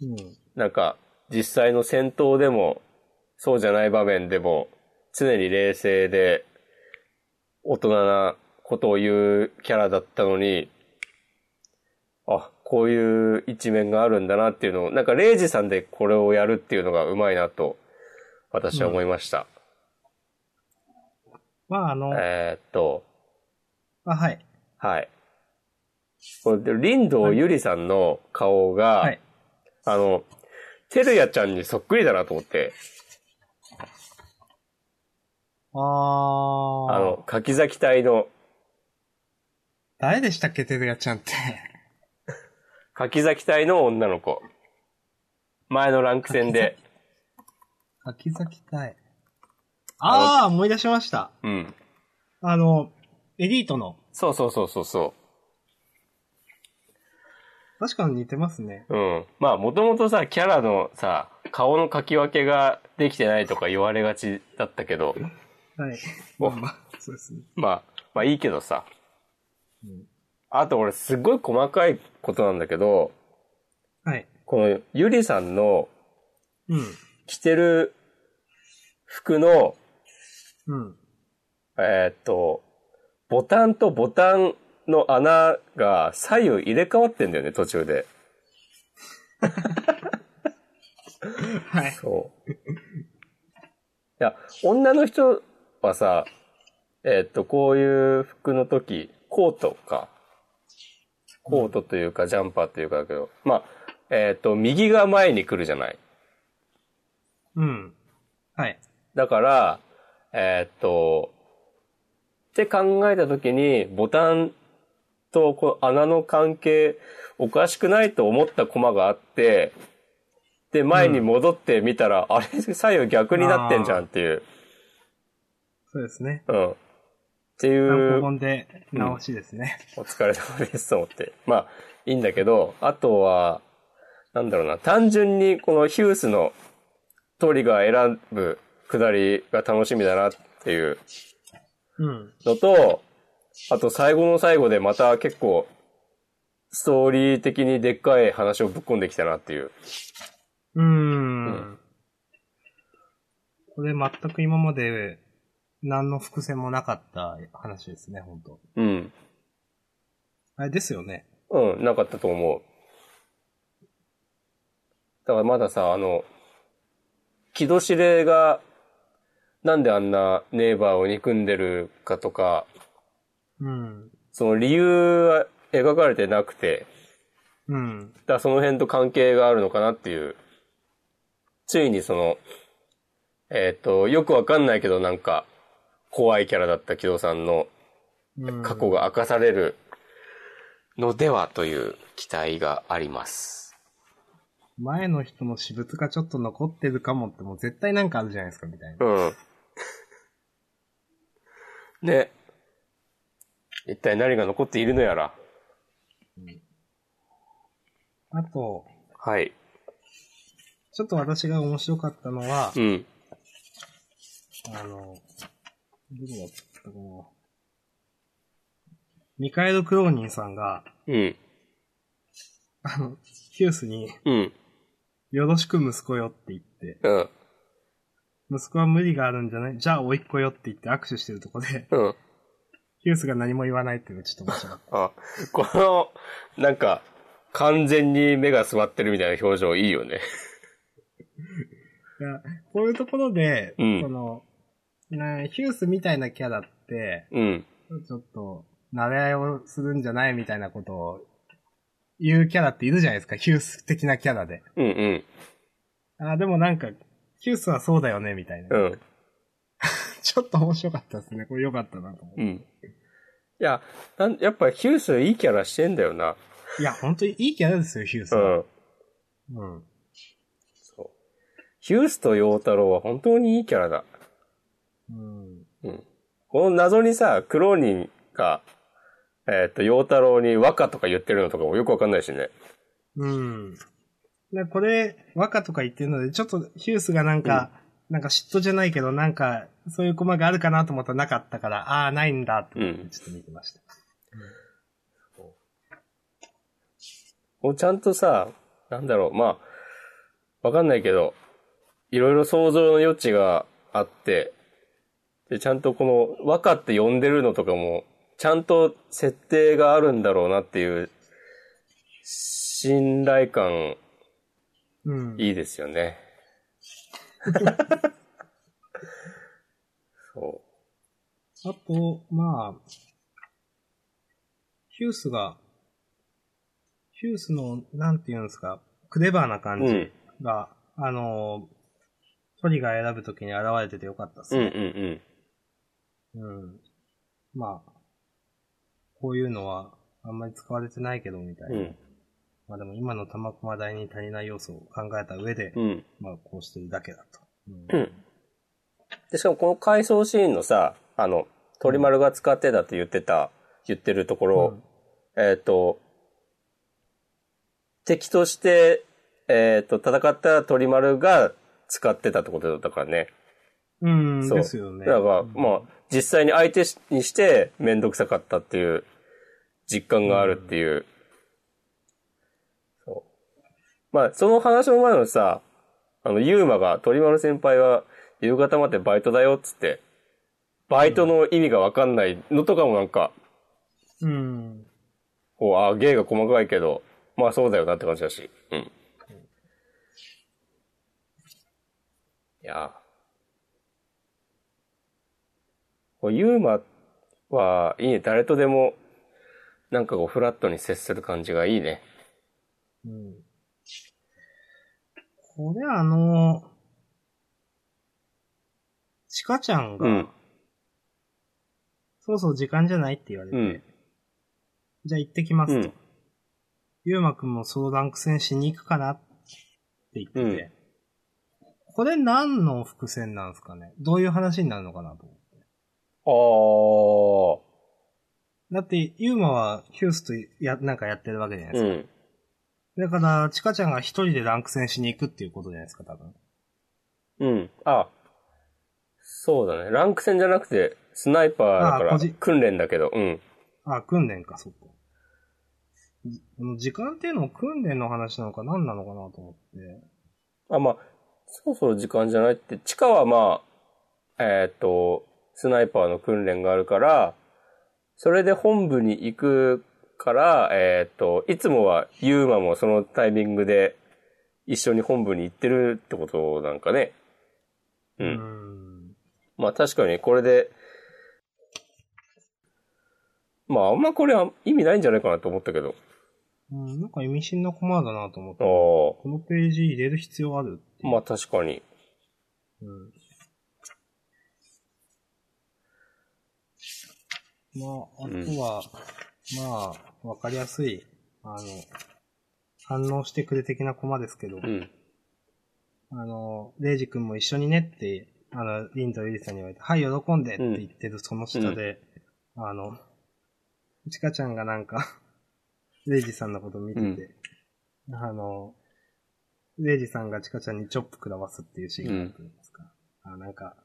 うん。
なんか、実際の戦闘でも、そうじゃない場面でも、常に冷静で、大人なことを言うキャラだったのに、あ、こういう一面があるんだなっていうのを、なんか、レイジさんでこれをやるっていうのがうまいなと、私は思いました。
まあ、あの、
えーっと、
あ、はい。
はい。これ、林道ゆりさんの顔が、
はい。
あの、てるやちゃんにそっくりだなと思って、
あ
あ
ー。
の、柿崎隊の、
誰でしたっけ、てるやちゃんって。
柿崎隊の女の子。前のランク戦で。
秋崎隊。あー、思い出しました。
うん。
あの、エリートの。
そうそうそうそうそ
確かに似てますね。
う。うん。まあ、もともとさ、キャラのさ、顔の描き分けができてないとか言われがちだったけど、
はい。
お
まあ、そうですね。
まあ、まあいいけどさ。
うん
あと俺、すっごい細かいことなんだけど、
はい。
このゆりさんの
うん。
着てる服の、
うん。
えーっと、ボタンとボタンの穴が左右入れ替わってんだよね、途中で。
はい。
そう。いや、女の人はさ、えーっと、こういう服の時、コートか。コートというか、ジャンパーというかだけど、まあ、えーっと、右が前に来るじゃない。
うん。はい。
だから、えーっと、って考えたときに、ボタンとこの穴の関係、おかしくないと思ったコマがあって、で、前に戻ってみたら、あれ、左右逆になってんじゃんっていう、
そうですね。
うん。ってい
単行
う、
本で直しですね。
お疲れ様ですと思って。まあ、いいんだけど、あとは、なんだろうな、単純にこのヒュースのトリガー選ぶくだりが楽しみだなっていう。
うん。
のと、あと最後の最後でまた結構、ストーリー的にでっかい話をぶっ込んできたなっていう。
うーん。これ全く今まで何の伏線もなかった話ですね、本当
うん。
あれですよね。
うん、なかったと思う。だからまださ、あの、木戸司令が、なんであんなネイバーを憎んでるかとか、
うん。
その理由は描かれてなくて、
うん。
だからその辺と関係があるのかなっていう。ついにその、えっ、と、よくわかんないけどなんか、怖いキャラだった木戸さんの
うん
過去。が明かされるのではという期待があります。
前の人の私物がちょっと残ってるかもって、もう絶対なんかあるじゃないですか、みたいな。
うん。ね。一体何が残っているのやら。
あと、
はい。
ちょっと私が面白かったのは、
うん。
あの、どこだったかな。ミカエル・クローニンさんが、
うん。
あの、ヒュースに、
うん。
よろしく息子よって言って、
うん。
息子は無理があるんじゃないじゃあ、甥っ子よって言って握手してるとこで、
うん。
ヒュースが何も言わないっていうのがちょっと面白かっ
あ、この、なんか、完全に目が座ってるみたいな表情いいよね。
た。いやこういうところで、
うん
その、なヒュースみたいなキャラって、
うん。
ちょっと、慣れ合いをするんじゃないみたいなことを言うキャラっているじゃないですか、ヒュース的なキャラで。
うんうん。
あーでもなんか、ヒュースはそうだよね、みたいな。
うん。
ちょっと面白かったですね。これ良かったなと思っ
う
て。
ん。いや、なんやっぱヒュースいいキャラしてんだよな。
いや、本当にいいキャラですよ、ヒュース
う
は。
ん。
うん。
そう。ヒュースと陽太郎は本当にいいキャラだ。
うん。
うん。この謎にさ、クローニンが、えっ、と、陽太郎に和歌とか言ってるのとかもよくわかんないしね。
うん。でこれ、和歌とか言ってるので、ちょっとヒュースがなんか、なんか嫉妬じゃないけど、なんか、そういうコマがあるかなと思ったらなかったから、ああー、ないんだって、
うん
ちょっと見てました。
もうちゃんとさ、なんだろう、まあ、わかんないけど、いろいろ想像の余地があって、で、ちゃんとこの、和歌って呼んでるのとかも、ちゃんと設定があるんだろうなっていう、信頼感、
うん。
いいですよ ね。そ
あと、まあ、ヒュースが、ヒュースの、なんていうんですか、クレバーな
う。
感
うん。う
じ
ん
が、あの、トリガー選ぶときに現れててよかったです
うん
ね。
うん。
うん。まあ、こういうのはあんまり使われてないけど、みたいな。
うん。
まあでも今の玉駒台に足りない要素を考えた上で、
うん。
まあこうしてるだけだと。うん
うんで、しかもこの回想シーンのさ、あの、鳥丸が使ってたって言ってた、言ってるところ、えっ、と、敵として、えっ、と、戦った鳥丸が使ってたってことだったからね。
うん、うん
そう
ですよね。
だから、
うん
まあ、実際に相手にしてめんどくさかったっていう実感があるっていう。そう。まあ、その話の前のさ、あの、ユーマが、鳥丸先輩は夕方までバイトだよっつって、バイトの意味がわかんないのとかもなんか、
うん。
こう、ああ、芸が細かいけど、まあそうだよなって感じだし。うん。いやーこう、ユーマはいいね。誰とでも、なんかこう、フラットに接する感じがいいね。
うん。これあの、チカちゃんが、
うん。
そうそう時間じゃないって言われて、
うん。
じゃあ行ってきますと。
うん
ゆうまくんも相談苦戦しに行くかなって言ってて、これ何の伏線なんですかねどういう話になるのかなと思って。
あー。
だって、ゆうまはヒュースとや、なんかやってるわけじゃないで
う
すか。
ん。
だから、チカちゃんが一人でランク戦しに行くっていうことじゃないですか、多分。
うん。あ、そうだね。ランク戦じゃなくて、スナイパーだか
あー
ら
個人、
訓練だけど、うん。
あ訓練か、そっか。じこの時間っていうのも訓練の話なのか何なのかなと思って。
あ、まあ、そろそろ時間じゃないって、地下はまあ、えーっ、と、スナイパーの訓練があるから、それで本部に行くから、えーっ、と、いつもはユーマもそのタイミングで一緒に本部に行ってるってことなんかね。う。
うんん。
まあ確かにこれで、まああんまこれは意味ないんじゃないかなと思ったけど。
うん、なんか意味深なコマだなと思って。
あ
このページ入れる必要あるって
あ、
いう
まあ確かに。
うんまあ、あとは、まあ、わかりやすい、あの、反応してくれ的なコマですけど、
うん。
あの、レイジ君も一緒にねって、あの、リンとリリさんに言われて、はい、喜んでって言ってるその下で、あの、チカちゃん がなんか、レイジさんのこと見てて、あの、レイジさんがチカちゃんにチョップ食らわすっていうシーンがあると思いますか。あなんか、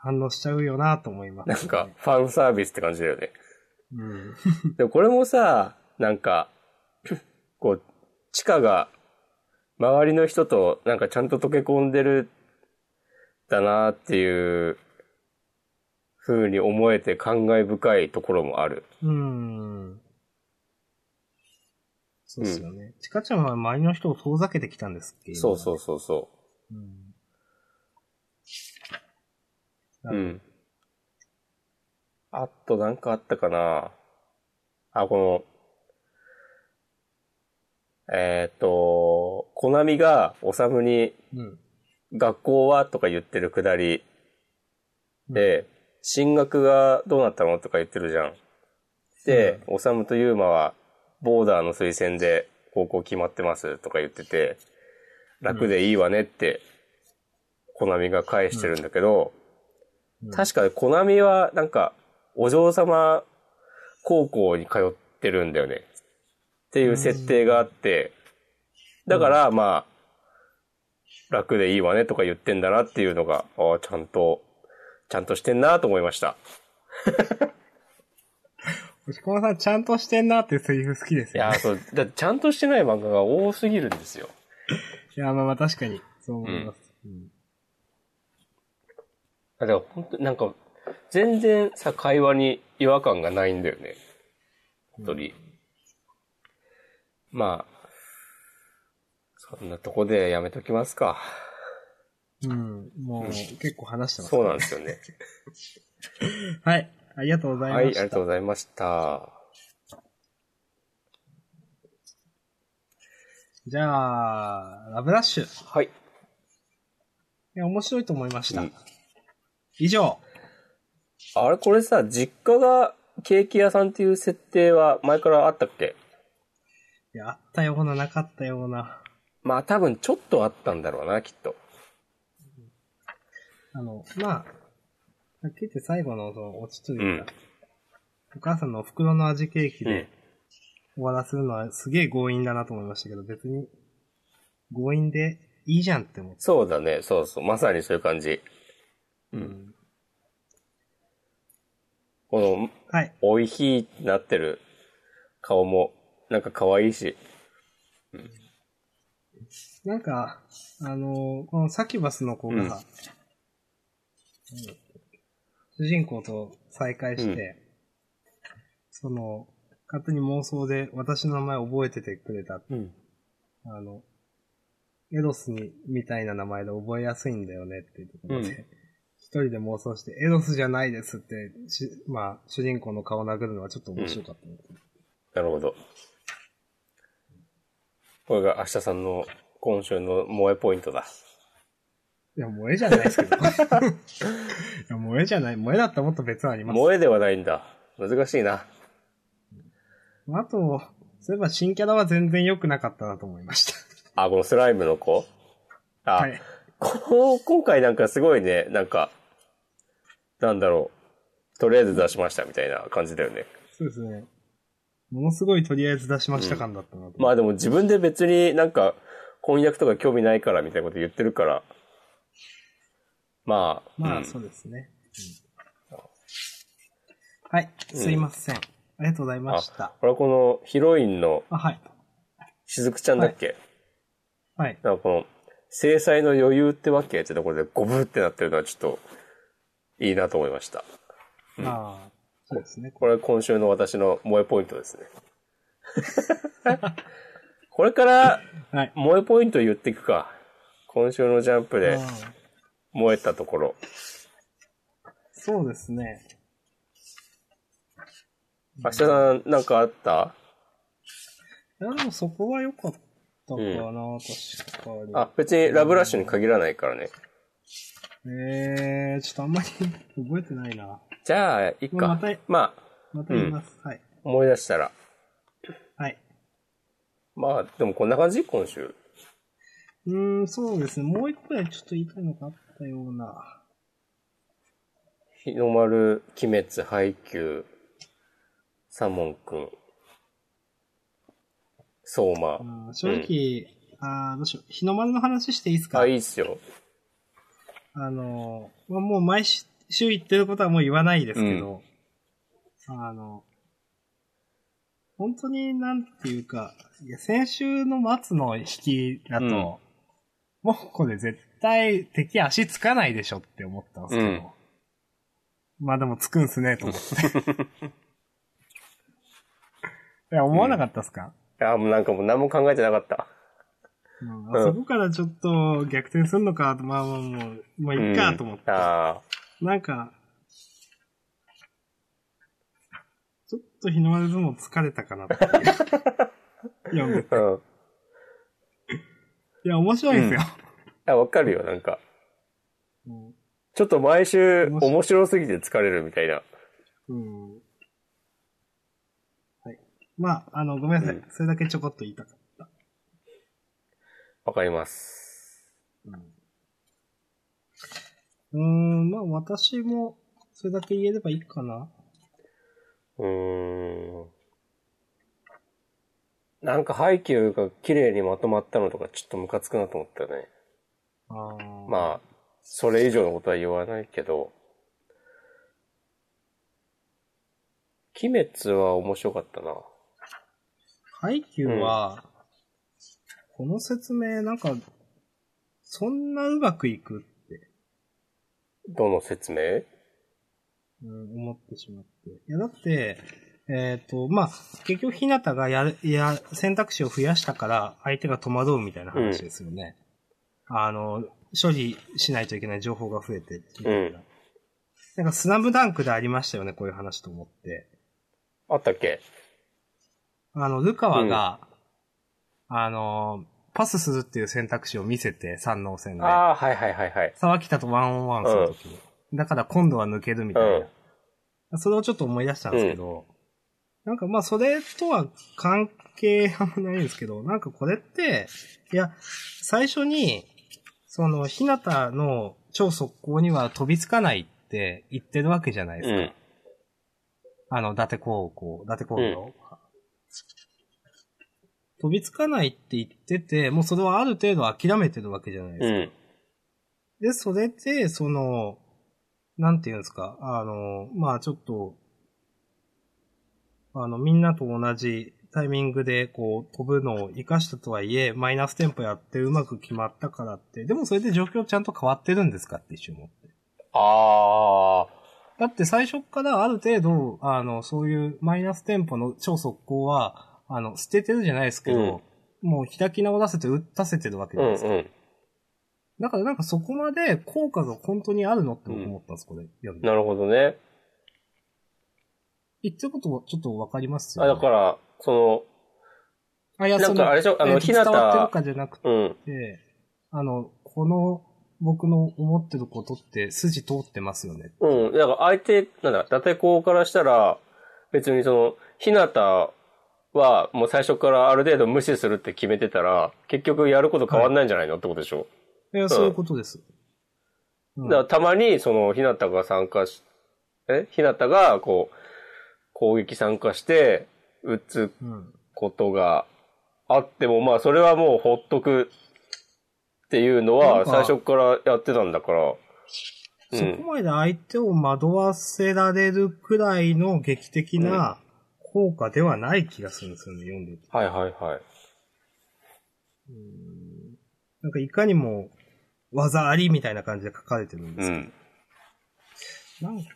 反応しちゃうよなと思います、
なんか、、ファンサービスって感じだよね。
うん。
でもこれもさ、なんか、 こう、地下が、周りの人となんかちゃんと溶け込んでる、だなっていう、風に思えて感慨深いところもある。
うん。そうですよね。チカちゃんは周りの人を遠ざけてきたんですっけ
そうそうそうそ
今まで
う。うん。あとなんかあったかなあ、この、えーっ、と、コナミが、おさむに、
うん。うん。
学校はとか言ってるくだりで、進学がどうなったのとか言ってるじゃん。で、おさむとゆうまは、ボーダーの推薦で高校決まってますとか言ってて、楽でいいわねって、コナミが返してるんだけど、
うん
確かコナミはなんか、お嬢様高校に通ってるんだよね。っていう設定があって、だから、まあ、楽でいいわねとか言ってんだなっていうのが、ああ、ちゃんと、ちゃんとしてんなと思いました。
星駒さん、ちゃんとしてんなっていうセリフ好きです
い
よ、
や
ね。
ー、そう、だってちゃんとしてない漫画が多すぎるんですよ。
いや、まあまあ確かに、そう思います。うん。
だから本当なんか、全然さ、会話に違和感がないんだよね。本当に。まあ、そんなとこでやめときますか。
うん。もう、結構話してます。
そうなんです よね。
はい。ありがとうござ
は
ま
いい、あり
した。
がとうございました。
じゃあ、ラブラッシュ。い
はい。
や、面白いと思いました。
うん
以上。
あれ、これさ、実家がケーキ屋さんっていう設定は前からあったっけ
いや、あったような、なかったような。
まあ多分ちょっとあったんだろうな、きっと。
あの、まあ、はっきり言って最後のそのオチというか、お母さんのお袋の味ケーキで。終わらせるのはすげえ強引だなと思いましたけど、別に強引でいいじゃんって思って。
そうだね、そうそう。まさにそういう感じ。う。
うん
この、
はい。
おいひいってなってる顔も、なんか可愛いし。
なんか、あのこのサキュバスの子が、
うん
うん主人公と再会して、
う
その、勝手に妄想で私の名前覚えててくれた。
うん。
あの、エロスにみたいな名前で覚えやすいんだよねっていうところで、
うん
一人で妄想して、エロスじゃないですって、しまあ、主人公の顔を殴るのはちょっと面白かったです、
なるほど。これが明日さんの今週の萌えポイントだ。
いや、萌えじゃないですけど。い や、萌えじゃない。萌えだったらもっと別はあります。
萌えではないんだ。難しいな。
あと、そういえば新キャラは全然良くなかったなと思いました。
あ、このスライムの子あ、
はい。
こう今回なんかすごいね、なんか、なんだろう。とりあえず出しましたみたいな感じだよね。
そうですね。ものすごいとりあえず出しました感だったなと。
まあでも自分で別になんか婚約とか興味ないからみたいなこと言ってるから。まあ、
ま
う
あ、
ん
そうですね。うんはい。すいません。ありがとうございました。
これはこのヒロインの
あ、はい。
しずくちゃんだっけ、
はい。
なんかこの、制裁の余裕ってわけってところでゴブってなってるのはちょっと、いいなと思いました。
ああ、そうですね。
これは今週の私の萌えポイント ですね。これから、
はい。
萌えポイント言っていくか。今週のジャンプで
うん
燃えたところ。
そうですね。
明日さん、なんかあった
いや、でもそこは良かったかな、
う
確かに。
あ、別にラブラッシュに限らないからね。
えー、ちょっとあんまり覚えてないな。
じゃあ、いっ
ま
か
た。
まあ、
また言います。はい。
思い出したら。
はい。
まあ、でもこんな感じ今週。
うーん、そうですね。もう一個やちょっと言いたいのがあったような。
日の丸、鬼滅、配給、サモンくん、相馬。
うん正直、あーどうしよう。日の丸の話していいですか
あ、いいっすよ。
あの、まあもう毎週言ってることはもう言わないですけど、あの、本当になんていうか、いや、先週の末の引きだと、
うん
もうこれ絶対敵足つかないでしょって思ったんですけど、まあでもつくんすね、と思って。 いや、思わなかったっすか、
あ、もうなんかもう何も考えてなかった。
うんあそこからちょっと逆転すんのか、まあまあもう、まあいっかと思って。
うんあ
なんか、ちょっと日の丸相撲疲れたかなって いう。いや、もう
あ、うん。
いや、面白いですよ。
あ、わかるよ、なんか。
うん
ちょっと毎週
面白い
面白すぎて疲れるみたいな。
うんはい。まあ、あの、ごめんなさい。
うん
それだけちょこっと言いたかった。
わかります。
うん、ん、まあ私も、それだけ言えればいいかな。
うーん。なんか背景が綺麗にまとまったのとかちょっとムカつくなと思ったね。
あー
まあ、それ以上のことは言わないけど、鬼滅は面白かったな。
ハイキューは、この説明、なんか、そんなうまくいくって、
どの説明
うん、思ってしまって。いや、だって、えっ、と、まあ、結局、ひなたがやる、いや、選択肢を増やしたから、相手が戸惑うみたいな話ですよね。あの、処理しないといけない情報が増えて、みたいな。
う
なんか、スナムダンクでありましたよね、こういう話と思って。
あったっけ
あの、ルカワが、あの、パスするっていう選択肢を見せて、三能戦で。
ああ、はいはいはいはい。
沢北とワンオンワンするときに。だから今度は抜けるみたいな。それをちょっと思い出したんですけど、なんかまあそれとは関係あんまないんですけど、なんかこれって、いや、最初に、その、ひなたの超速攻には飛びつかないって言ってるわけじゃないです
う
か。
ん。
あの、伊達高校、伊達高校、飛びつかないって言ってて、もうそれはある程度諦めてるわけじゃないですか。
うん。
で、それで、その、なんていうんですか、あの、まあちょっと、あの、みんなと同じタイミングで、こう、飛ぶのを活かしたとはいえ、マイナステンポやってうまく決まったからって、でもそれで状況ちゃんと変わってるんですかって一瞬思って。
ああ、
だって最初からある程度、あの、そういうマイナステンポの超速攻は、あの、捨ててるじゃないですけど、もう開き直らせて打たせてるわけじ
う
ゃない
ん
ですか。
うん。
だからなんかそこまで効果が本当にあるのって僕思ったんです、これ。読んで
なるほどね。
言ってることもちょっとわかりますよ、
あ、
ね。
だから、そ
ら、いや、
な
そ
ん
の、
かあれでしょあの
えーと
ひなた
伝わってるかじゃなく
の、うん。
て、あの、この、僕の思ってることって筋通ってますよね。
うん。だから相手、なんだ、伊達公からしたら、別にその、ひなたはもう最初からある程度無視するって決めてたら、結局やること変わんないんじゃないのってことでしょ、
えーそういうことです。うん
だからたまに、その、ひなたが参加し、えひなたが、こう、攻撃参加して、打つ
うん。
ことがあっても、まあ、それはもうほっとくっていうの
な
は、
んか
最初からやってたんだから、う
そこ
ん。
まで相手を惑わせられるくらいの劇的な効果ではない気がするんですよね、読んでて。
はいはいはい。
なんかいかにも技ありみたいな感じで書かれてるんで
う
すけど、
ん。
なんか、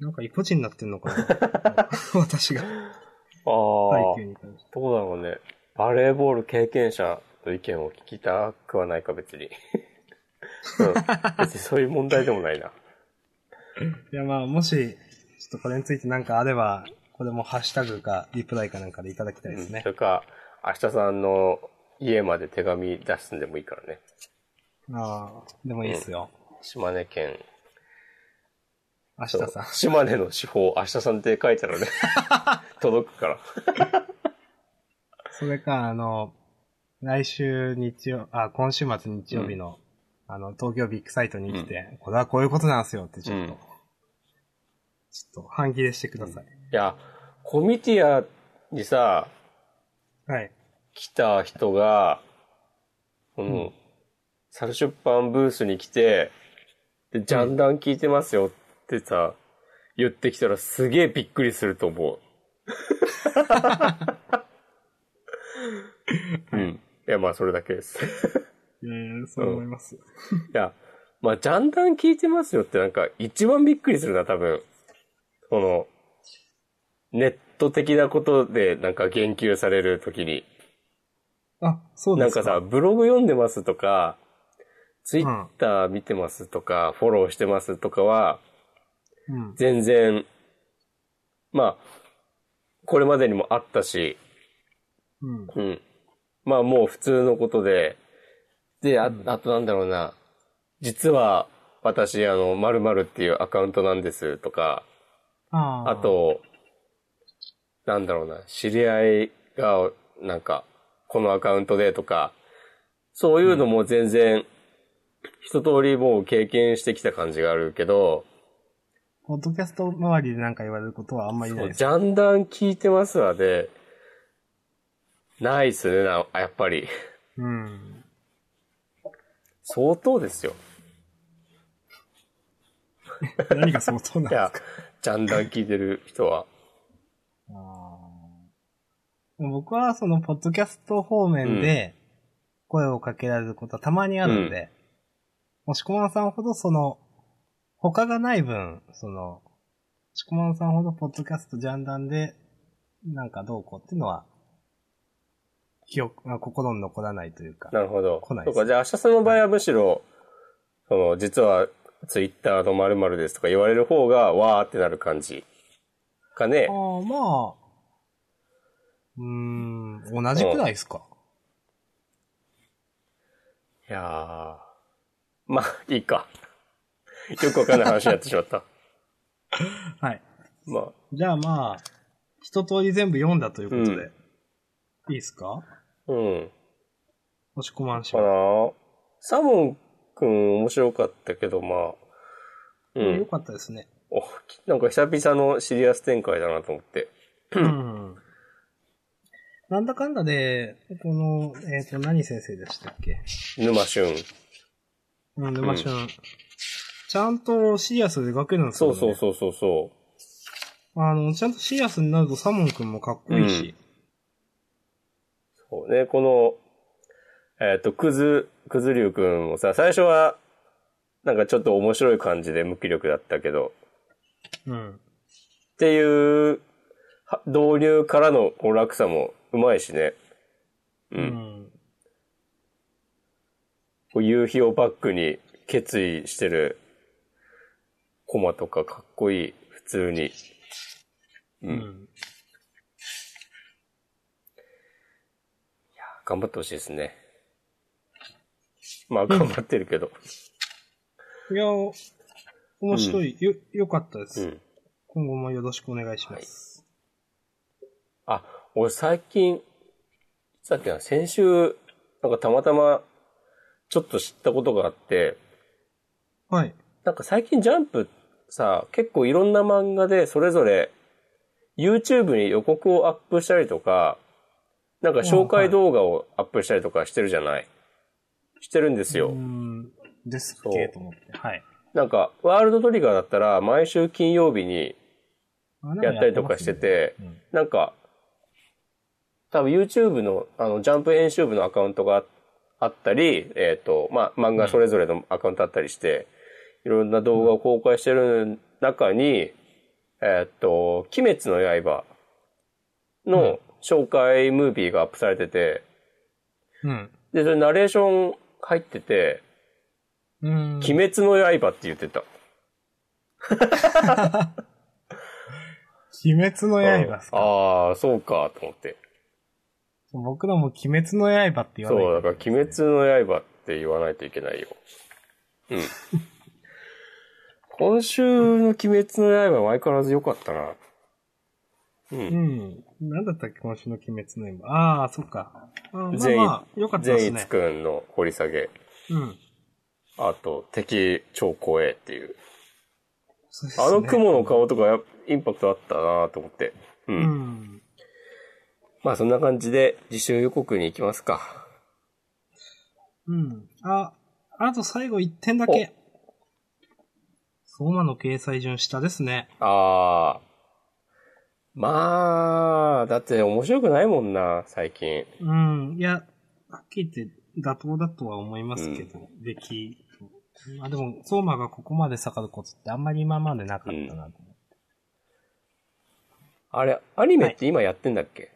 なんか意固地になってんのかな 私が、
ああ。
配球に関して。
どうだろうね。バレーボール経験者の意見を聞きたくはないか、別に。うん、別にそういう問題でもないな。
いや、まあ、もし、ちょっとこれについてなんかあれば、これもハッシュタグか、リプライかなんかでいただきたいですね
そ。れか、明日さんの家まで手紙出すんでもいいからね。
ああ、でもいいっすよ。
島根県。
明日さん。
島根の司法、明日さんって書い たらね、届くから。
それか、あの、来週日曜、あ、今週末日曜日の、あの、東京ビッグサイトに来て、これはこういうことなんですよってちょっと、
うん
ちょっと半切れしてください。
いや、コミティアにさ、
はい。
来た人が、こ
う
の、サル出版ブースに来て、で、ジャンダン聞いてますよってさ、言ってきたらすげえびっくりすると思う。うん。いや、まあ、それだけです。
えー、そう思います。
いや、まあ、ジャンダン聞いてますよってなんか、一番びっくりするな、多分。この、ネット的なことでなんか言及されるときに。
あ、そう
な
で
ん
す
か
か。
さ、ブログ読んでますとか、ツイッター見てますとか、フォローしてますとかは、
うん。
全然、まあ、これまでにもあったし、
うん。
うん。まあもう普通のことで、で、あ
うん
あとなんだろうな、実は私、あの、〇〇っていうアカウントなんですとか、
あー
あ、と、なんだろうな、知り合いが、なんか、このアカウントでとか、そういうのも全然、一通りもう経験してきた感じがあるけど、
ポッドキャスト周りでなんか言われることはあんまり
そ
ないうです。
ジャンダン聞いてますわで、ないっすね、なやっぱり。
うん。
相当ですよ。
何が相当なんで
い
す
や
か。、
ジャンダン聞いてる人は。
あー僕はその、ポッドキャスト方面で声をかけられることはたまにあるんで、もしこまんさんほどその、他がない分、その、もしこまんさんほどポッドキャストジャンダンで、なんかどうこうっていうのは、記憶、あ心に残らないというか。
なるほど。
来ないで
そう
す
か、じゃあ、明日さんの場合はむしろ、その、実は、ツイッターの〇〇ですとか言われる方が、わーってなる感じ。かね。
ああ、まあ、うーん、同じくらいですか。
いやー。まあ、いいか。よくわかんない話になってし まった。
はい。
まあ、
じゃあまあ、一通り全部読んだということで。
う
いいですか
うん。
押し込まんし
か
ま
なサモンくん面白かったけど、まあ、う
よ
ん。
かったですね。
おなんか久々のシリアス展開だなと思って。
うん。なんだかんだで、この、えっ、と、何先生でしたっけ
沼俊。
うん、沼俊、ちゃんとシリアスで描けるんです
そ
よ、
う
ね。
そうそうそうそう。
う。あの、ちゃんとシリアスになるとサモン君もかっこいいし。
そうね、この、えっ、と、くず、くずりゅうくんもさ、最初は、なんかちょっと面白い感じで無気力だったけど、
うん。
っていう、は導入からのこう落差もうまいしね。う。
うんん。
こう夕日をバックに決意してるコマとかかっこいい、普通に。
う
う。
んん。
頑張ってほしいですね。まあ、頑張ってるけど。
いや、面白い。よ、よかったで
う
す、
ん。
今後もよろしくお願いします。
あ、俺最近、さっきな、先週、なんかたまたま、ちょっと知ったことがあって、
はい。
なんか最近ジャンプさ、結構いろんな漫画でそれぞれ、YouTube に予告をアップしたりとか、なんか紹介動画をアップしたりとかしてるじゃないしてるんですよ。
うん。ですっ
そう
けと思って。はい。
なんか、ワールドトリガーだったら、毎週金曜日に
あなん
やったりとかしてて、
やってますね
なんか、多分 YouTube の、あの、ジャンプ編集部のアカウントがああったり、えっ、と、まあ、漫画それぞれのアカウントあったりして、いろんな動画を公開してる中に、えっ、と、鬼滅の刃の紹介ムービーがアップされてて、
うん。
で、それナレーション入ってて、
うん。
鬼滅の刃って言ってた。
鬼滅の刃っすか。
ああ、そうか、と思って。
僕らも鬼滅の刃って言わない
そう、だから、鬼滅の刃って言わないといけないよ。うん。 今週の鬼滅の刃は相変わらず良かったな。
う
う。
んん。なんだったっけ、今週の鬼滅の刃。ああ、そっか。あーまあ
善逸
まあ、よかったで
善
す
逸
ね。
くんの掘り下げ。
うん。
あと、敵超怖えっていう。
そうですね
あの雲の。顔とかやインパクトあったなと思って。
う
う。
んん。
まあそんな感じで、自習予告に行きますか。
うん。あ、あと最後一点だけ。相馬の掲載順下ですね。
ああ。まあ、だって面白くないもんな、最近。
うん。いや、はっきり言って妥当だとは思いますけど、べき。まあでも、相馬がここまで下がることってあんまり今までなかったなと思って。
あれ、アニメって今やってんだっけ、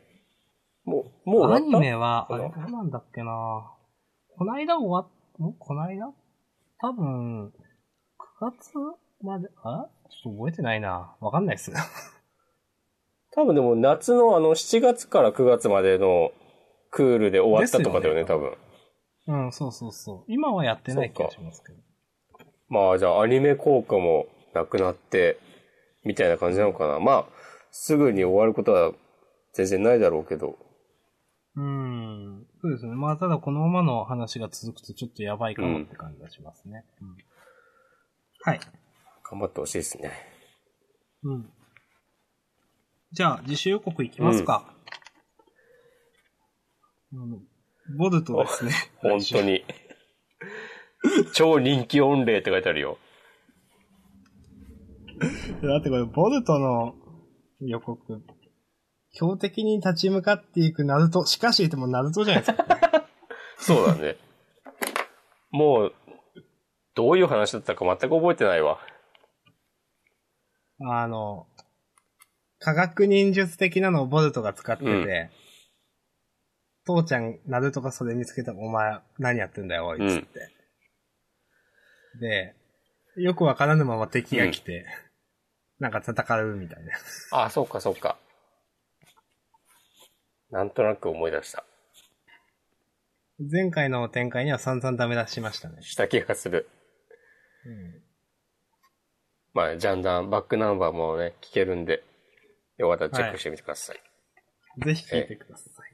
もう、もう終わ
ア
った
ニメは、
終
あ
わ
れ、
った
どうなんだっけなこないだ終わっ、んこないだ多分、9月まで、あちょっと覚えてないな。わかんないっ す。
多分でも夏のあの7月から9月までのクールで終わったとかだよね、
です
多分。
うん、そうそうそう。今はやってない気がしますけど。
まあじゃあアニメ効果もなくなって、みたいな感じなのかな。まあ、すぐに終わることは全然ないだろうけど。
うん。そうですね。まあ、ただこのままの話が続くとちょっとやばいかもって感じがしますね。うんはい。
頑張ってほしいですね。
うん。じゃあ、自主予告いきますか。あのボルトです ね。
本当に。超人気御礼って書いてあるよ。
だってこれ、ボルトの予告。強敵に立ち向かっていくナルト。しかし、でもナルトじゃないですか。
そうだね。 もう、どういう話だったか全く覚えてないわ。
あの、科学忍術的なのをボルトが使ってて、
うん
父ちゃん、ナルトがそれ見つけたら、お前、何やってんだよ、おい、つって。で、よくわからぬまま敵が来て、なんか戦うみたいな。
あそうかそうか。なんとなく思い出した。
前回の展開には散々ダメ出しましたね。
した気がする。
うん
まあ、ジャンダン、バックナンバーもね、聞けるんで、よかったらチェックしてみてください。
ぜひ聞いてください。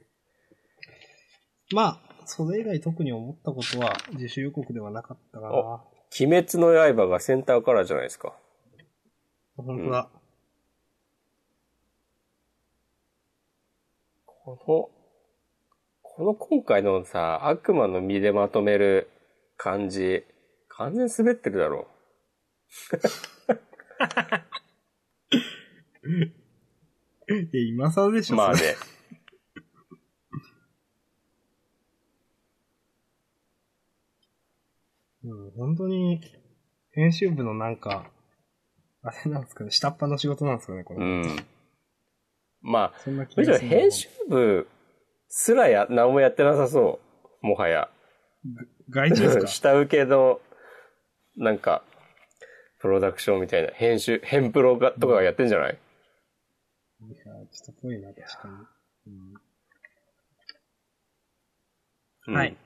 まあ、それ以外特に思ったことは、自主予告ではなかったかな。
お鬼滅の刃がセンターカラーじゃないですか。
本当だ。
この、この今回のさ、悪魔の身でまとめる感じ、完全に滑ってるだろ
いや、今更でし
う。
ょ、
まあ
そ
ね
れ。うん、本当に、編集部のなんか、あれなんですかね、下っ端の仕事なんですかね、これ。
うん。まあ、
そんな気
む
が
し
する
ろ
な。
編集部すらや、何もやってなさそう。もはや。
外注ですか
下請けの、なんか、プロダクションみたいな、編集、編プロがとかがやってんじゃない、
いやちょっとぽいな、確かに。
う
うんん、はい。。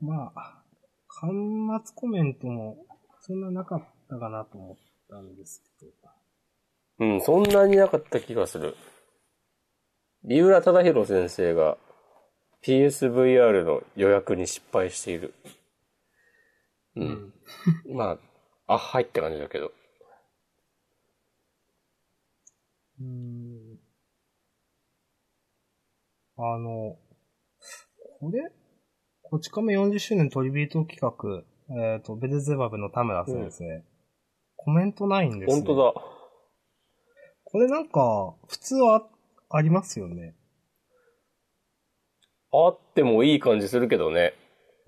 まあ、端末コメントも、そんななかったかなと思ったんですけど。
うん、そんなになかった気がする。三浦忠宏先生が PSVR の予約に失敗している。う。。
うん
まあ、あ、はいって感じだけど。
うーんあの、これ、こち亀40周年トリビュート企画、えっ、と、ベルゼバブの田村先生、コメントないんです
本
ね。
当
だ。
だ。
これなんか、普通はありますよね。
あってもいい感じするけどね。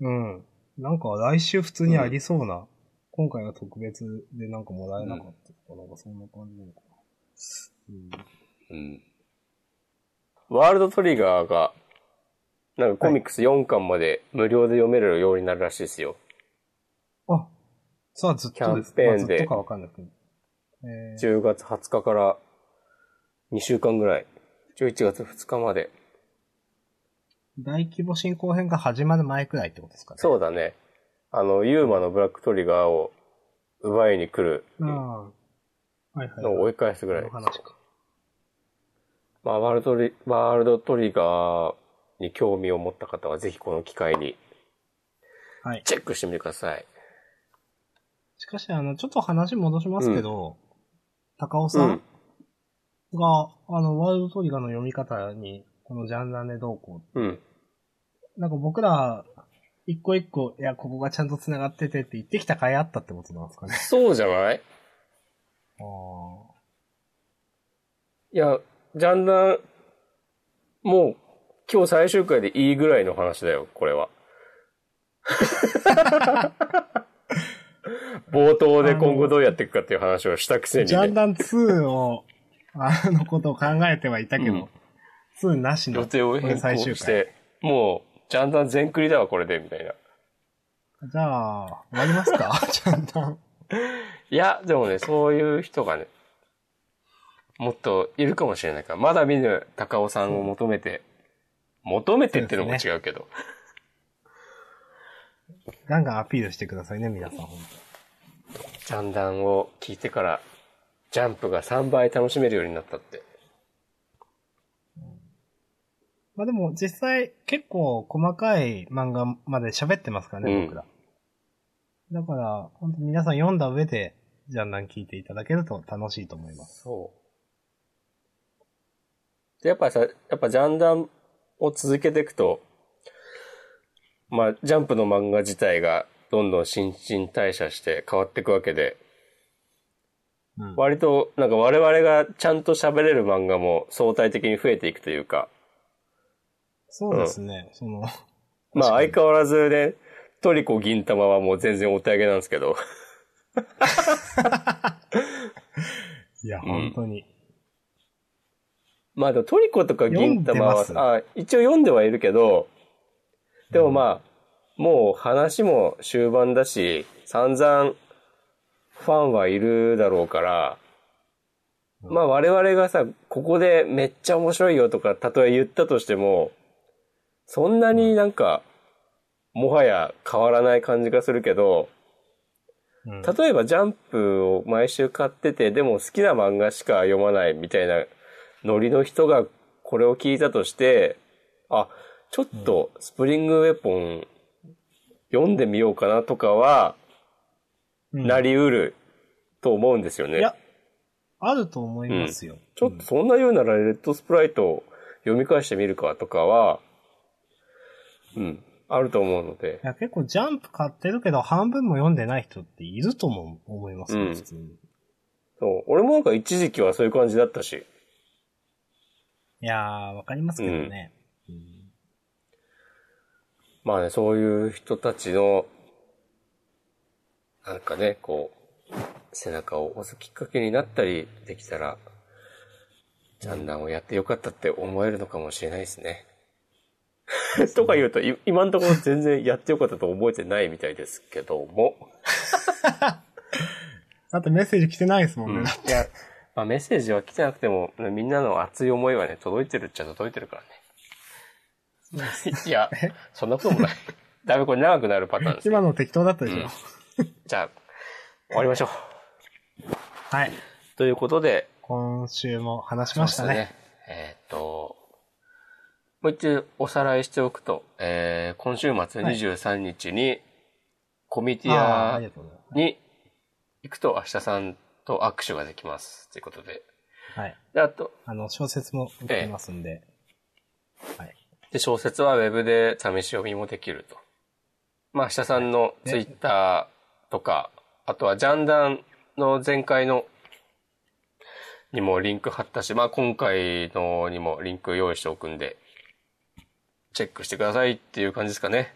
うん。なんか来週普通にありそうな。今回は特別でなんかもらえなかったとか、なんかそんな感じなのかな。
うん。ワールドトリガーが、なんかコミックス4巻まで無料で読めるようになるらしいですよ。
うん。あ、さあずっとです。
キャンペーン
まあずっ
で
とかわかんないけど。えー
10月20日から2週間ぐらい。11月2日まで。
大規模進行編が始まる前くらいってことですかね。
そうだね。あの、ユーマのブラックトリガーを奪いに来る
うん。はいはい、はい。
のを追い返すぐらい
こ。の話か。
まあ、ワールドリ、ワールドトリガーに興味を持った方は、ぜひこの機会に
はい。
チェックしてみてください。
しかし、あの、ちょっと話戻しますけど、高尾さん、
うん
が、あの、ワールドトリガーの読み方に、このジャンダネどうこ
うん。
う。なんか僕ら、一個一個、いや、ここがちゃんと繋がっててって言ってきた回あったってことなんですかね。
そうじゃない
あ
いや、ジャンダン、もう、今日最終回でいいぐらいの話だよ、こ れは。冒頭で今後どうやっていくかっていう話をしたくせ
あ。
に
ジャン
ね。
ダン2を、あのことを考えてはいたけど、2なしの。
予定を変更
これ最
し
終
て、もう、ジャンダン全クリだわ、これで、みたいな。
じゃあ、終わりますか ジャンダン。
いや、でもね、そういう人がね、もっといるかもしれないから、まだ見ぬ高尾さんを求めて、求めてってのも違うけど、
ガンガンアピールしてくださいね、皆さん。本
ジャンダンを聞いてから、ジャンプが3倍楽しめるようになったって。
当まあでも、実際、結構細かい漫画まで喋ってますからね、
うん
僕ら。だから、本当皆さん読んだ上で、ジャンダン聞いていただけると楽しいと思います。
そう。で、やっぱさ、やっぱジャンダンを続けていくと、まあ、ジャンプの漫画自体がどんどん新陳代謝して変わっていくわけで、
うん。
割と、なんか我々がちゃんと喋れる漫画も相対的に増えていくというか、
そうですね、その、
まあ
確かに
相変わらずね、トリコ銀玉はもう全然お手上げなんですけど、
いや、
ん
本当に。
まあでもトリコとか銀玉は
読んで
あ、一応読んではいるけど、でもまあ、もう話も終盤だし、散々ファンはいるだろうから、まあ我々がさ、ここでめっちゃ面白いよとか、たとえ言ったとしても、そんなになんか、もはや変わらない感じがするけど、
うん
例えばジャンプを毎週買ってて、でも好きな漫画しか読まないみたいなノリの人がこれを聞いたとして、あ、ちょっとスプリングウェポン読んでみようかなとかは、
うん
なりうると思うんですよね。
いや、あると思いますよ。
ちょっとそんなようならレッドスプライトを読み返してみるかとかは、うん、あると思うので
い。や、結構ジャンプ買ってるけど、半分も読んでない人っているとも思いますよ、
うん
普通に。
そう俺もなんか一時期はそういう感じだったし、
いやー、わかりますけどね。
まあね、そういう人たちの、なんかね、こう、背中を押すきっかけになったりできたら、ジャンダンをやってよかったって思えるのかもしれないですね。 とか言うと、い今のところ全然やってよかったと覚えてないみたいですけども。
だってメッセージ来てないですもんね。
いや、まあ、メッセージは来てなくても、みんなの熱い思いはね、届いてるっちゃ届いてるからね。 いや、そんなこともない。だいぶこれ長くなるパターンです。
今の適当だったでしょ。
うんじゃあ、終わりましょう。
はい。
ということで、
今週も話しましたね。
そうですねえーっと、もう一度おさらいしておくと、えー今週末
はい
23日に、コミティ
あー
ア
ありがとうございま
に行くと明日さんと握手ができます。ということで。
す。はい。
で、あと、
あの、小説も売ってますんで。はい。
で小説はウェブで試し読みもできると。まあ、明日さんのツイッターとか、あとはジャンダンの前回のにもリンク貼ったし、まあ今回のにもリンク用意しておくんで、チェックしてくださいっていう感じですかね。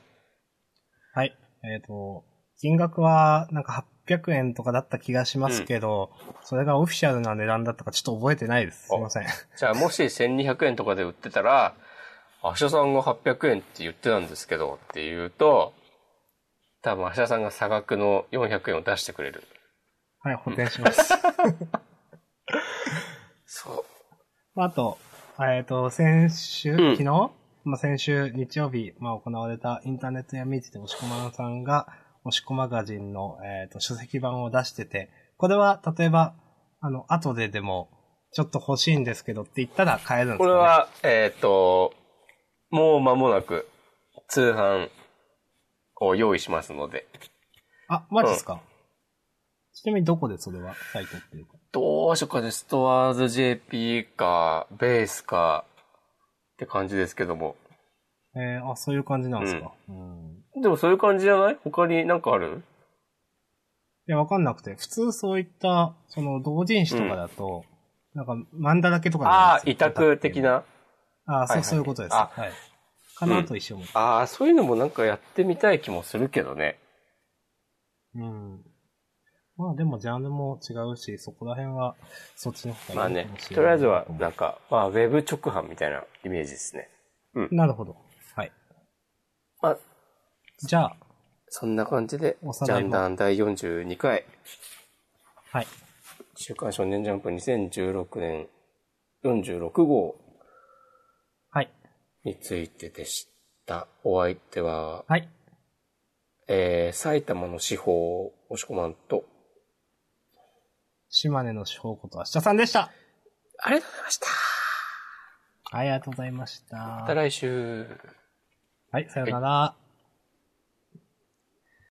はい。えっ、と、金額はなんか800円とかだった気がしますけど、それがオフィシャルな値段だったかちょっと覚えてないです。すいません。
じゃあもし1200円とかで売ってたら、明日さんが800円って言ってたんですけどって言うと、多分明日さんが差額の400円を出してくれる。
はい、補填します。
そう。
まああと、えっ、と、先週、昨
ん
日、まあ、先週日曜日、まあ、行われたインターネットやミーティで押し込まさんが、押し込マガジンの、えっ、と、書籍版を出してて、これは、例えば、あの、後ででも、ちょっと欲しいんですけどって言ったら買えるんですか、ね、
これは、えっ、と、もう間もなく通販を用意しますので。
あ、マジですか、ちなみにどこでそれはサイトっていうか。
どうしようかね、ストアーズ JP か、ベースか、って感じですけども。
えー、あ、そういう感じなんですか。うん。い
でもそういう感じじゃない他になんかある
や、わかんなくて、普通そういった、その、同人誌とかだと、なんか、漫画だけとかじゃない
ああ
で、す
委
よ
託的。な。
ああ、
はい
そ
は
う、
い
そういうことです。
あ
はい。かなと一緒も。
ああ、そういうのもなんかやってみたい気もするけどね。
うん。まあでもジャンルも違うし、そこら辺は、そっちの方
ま
が
あ
いいか
ね
もし、れな
と
い。
りあえずはなんか、まあ、ウェブ直販みたいなイメージですね。
なるほど。はい。
まあ、
じゃあ、
そんな感じで、
お
ジ
さら
ャ
いも
ンダン第42回、
はい。
週刊少年ジャンプ2016年46号
はい。
についてでした。お相手は、
はい。
えー、埼玉の司法、押し込まんと、
島根の証拠と明日さんでした。
ありがとうございました。
はいありがとうございました。
また来週。
はい、さよなら。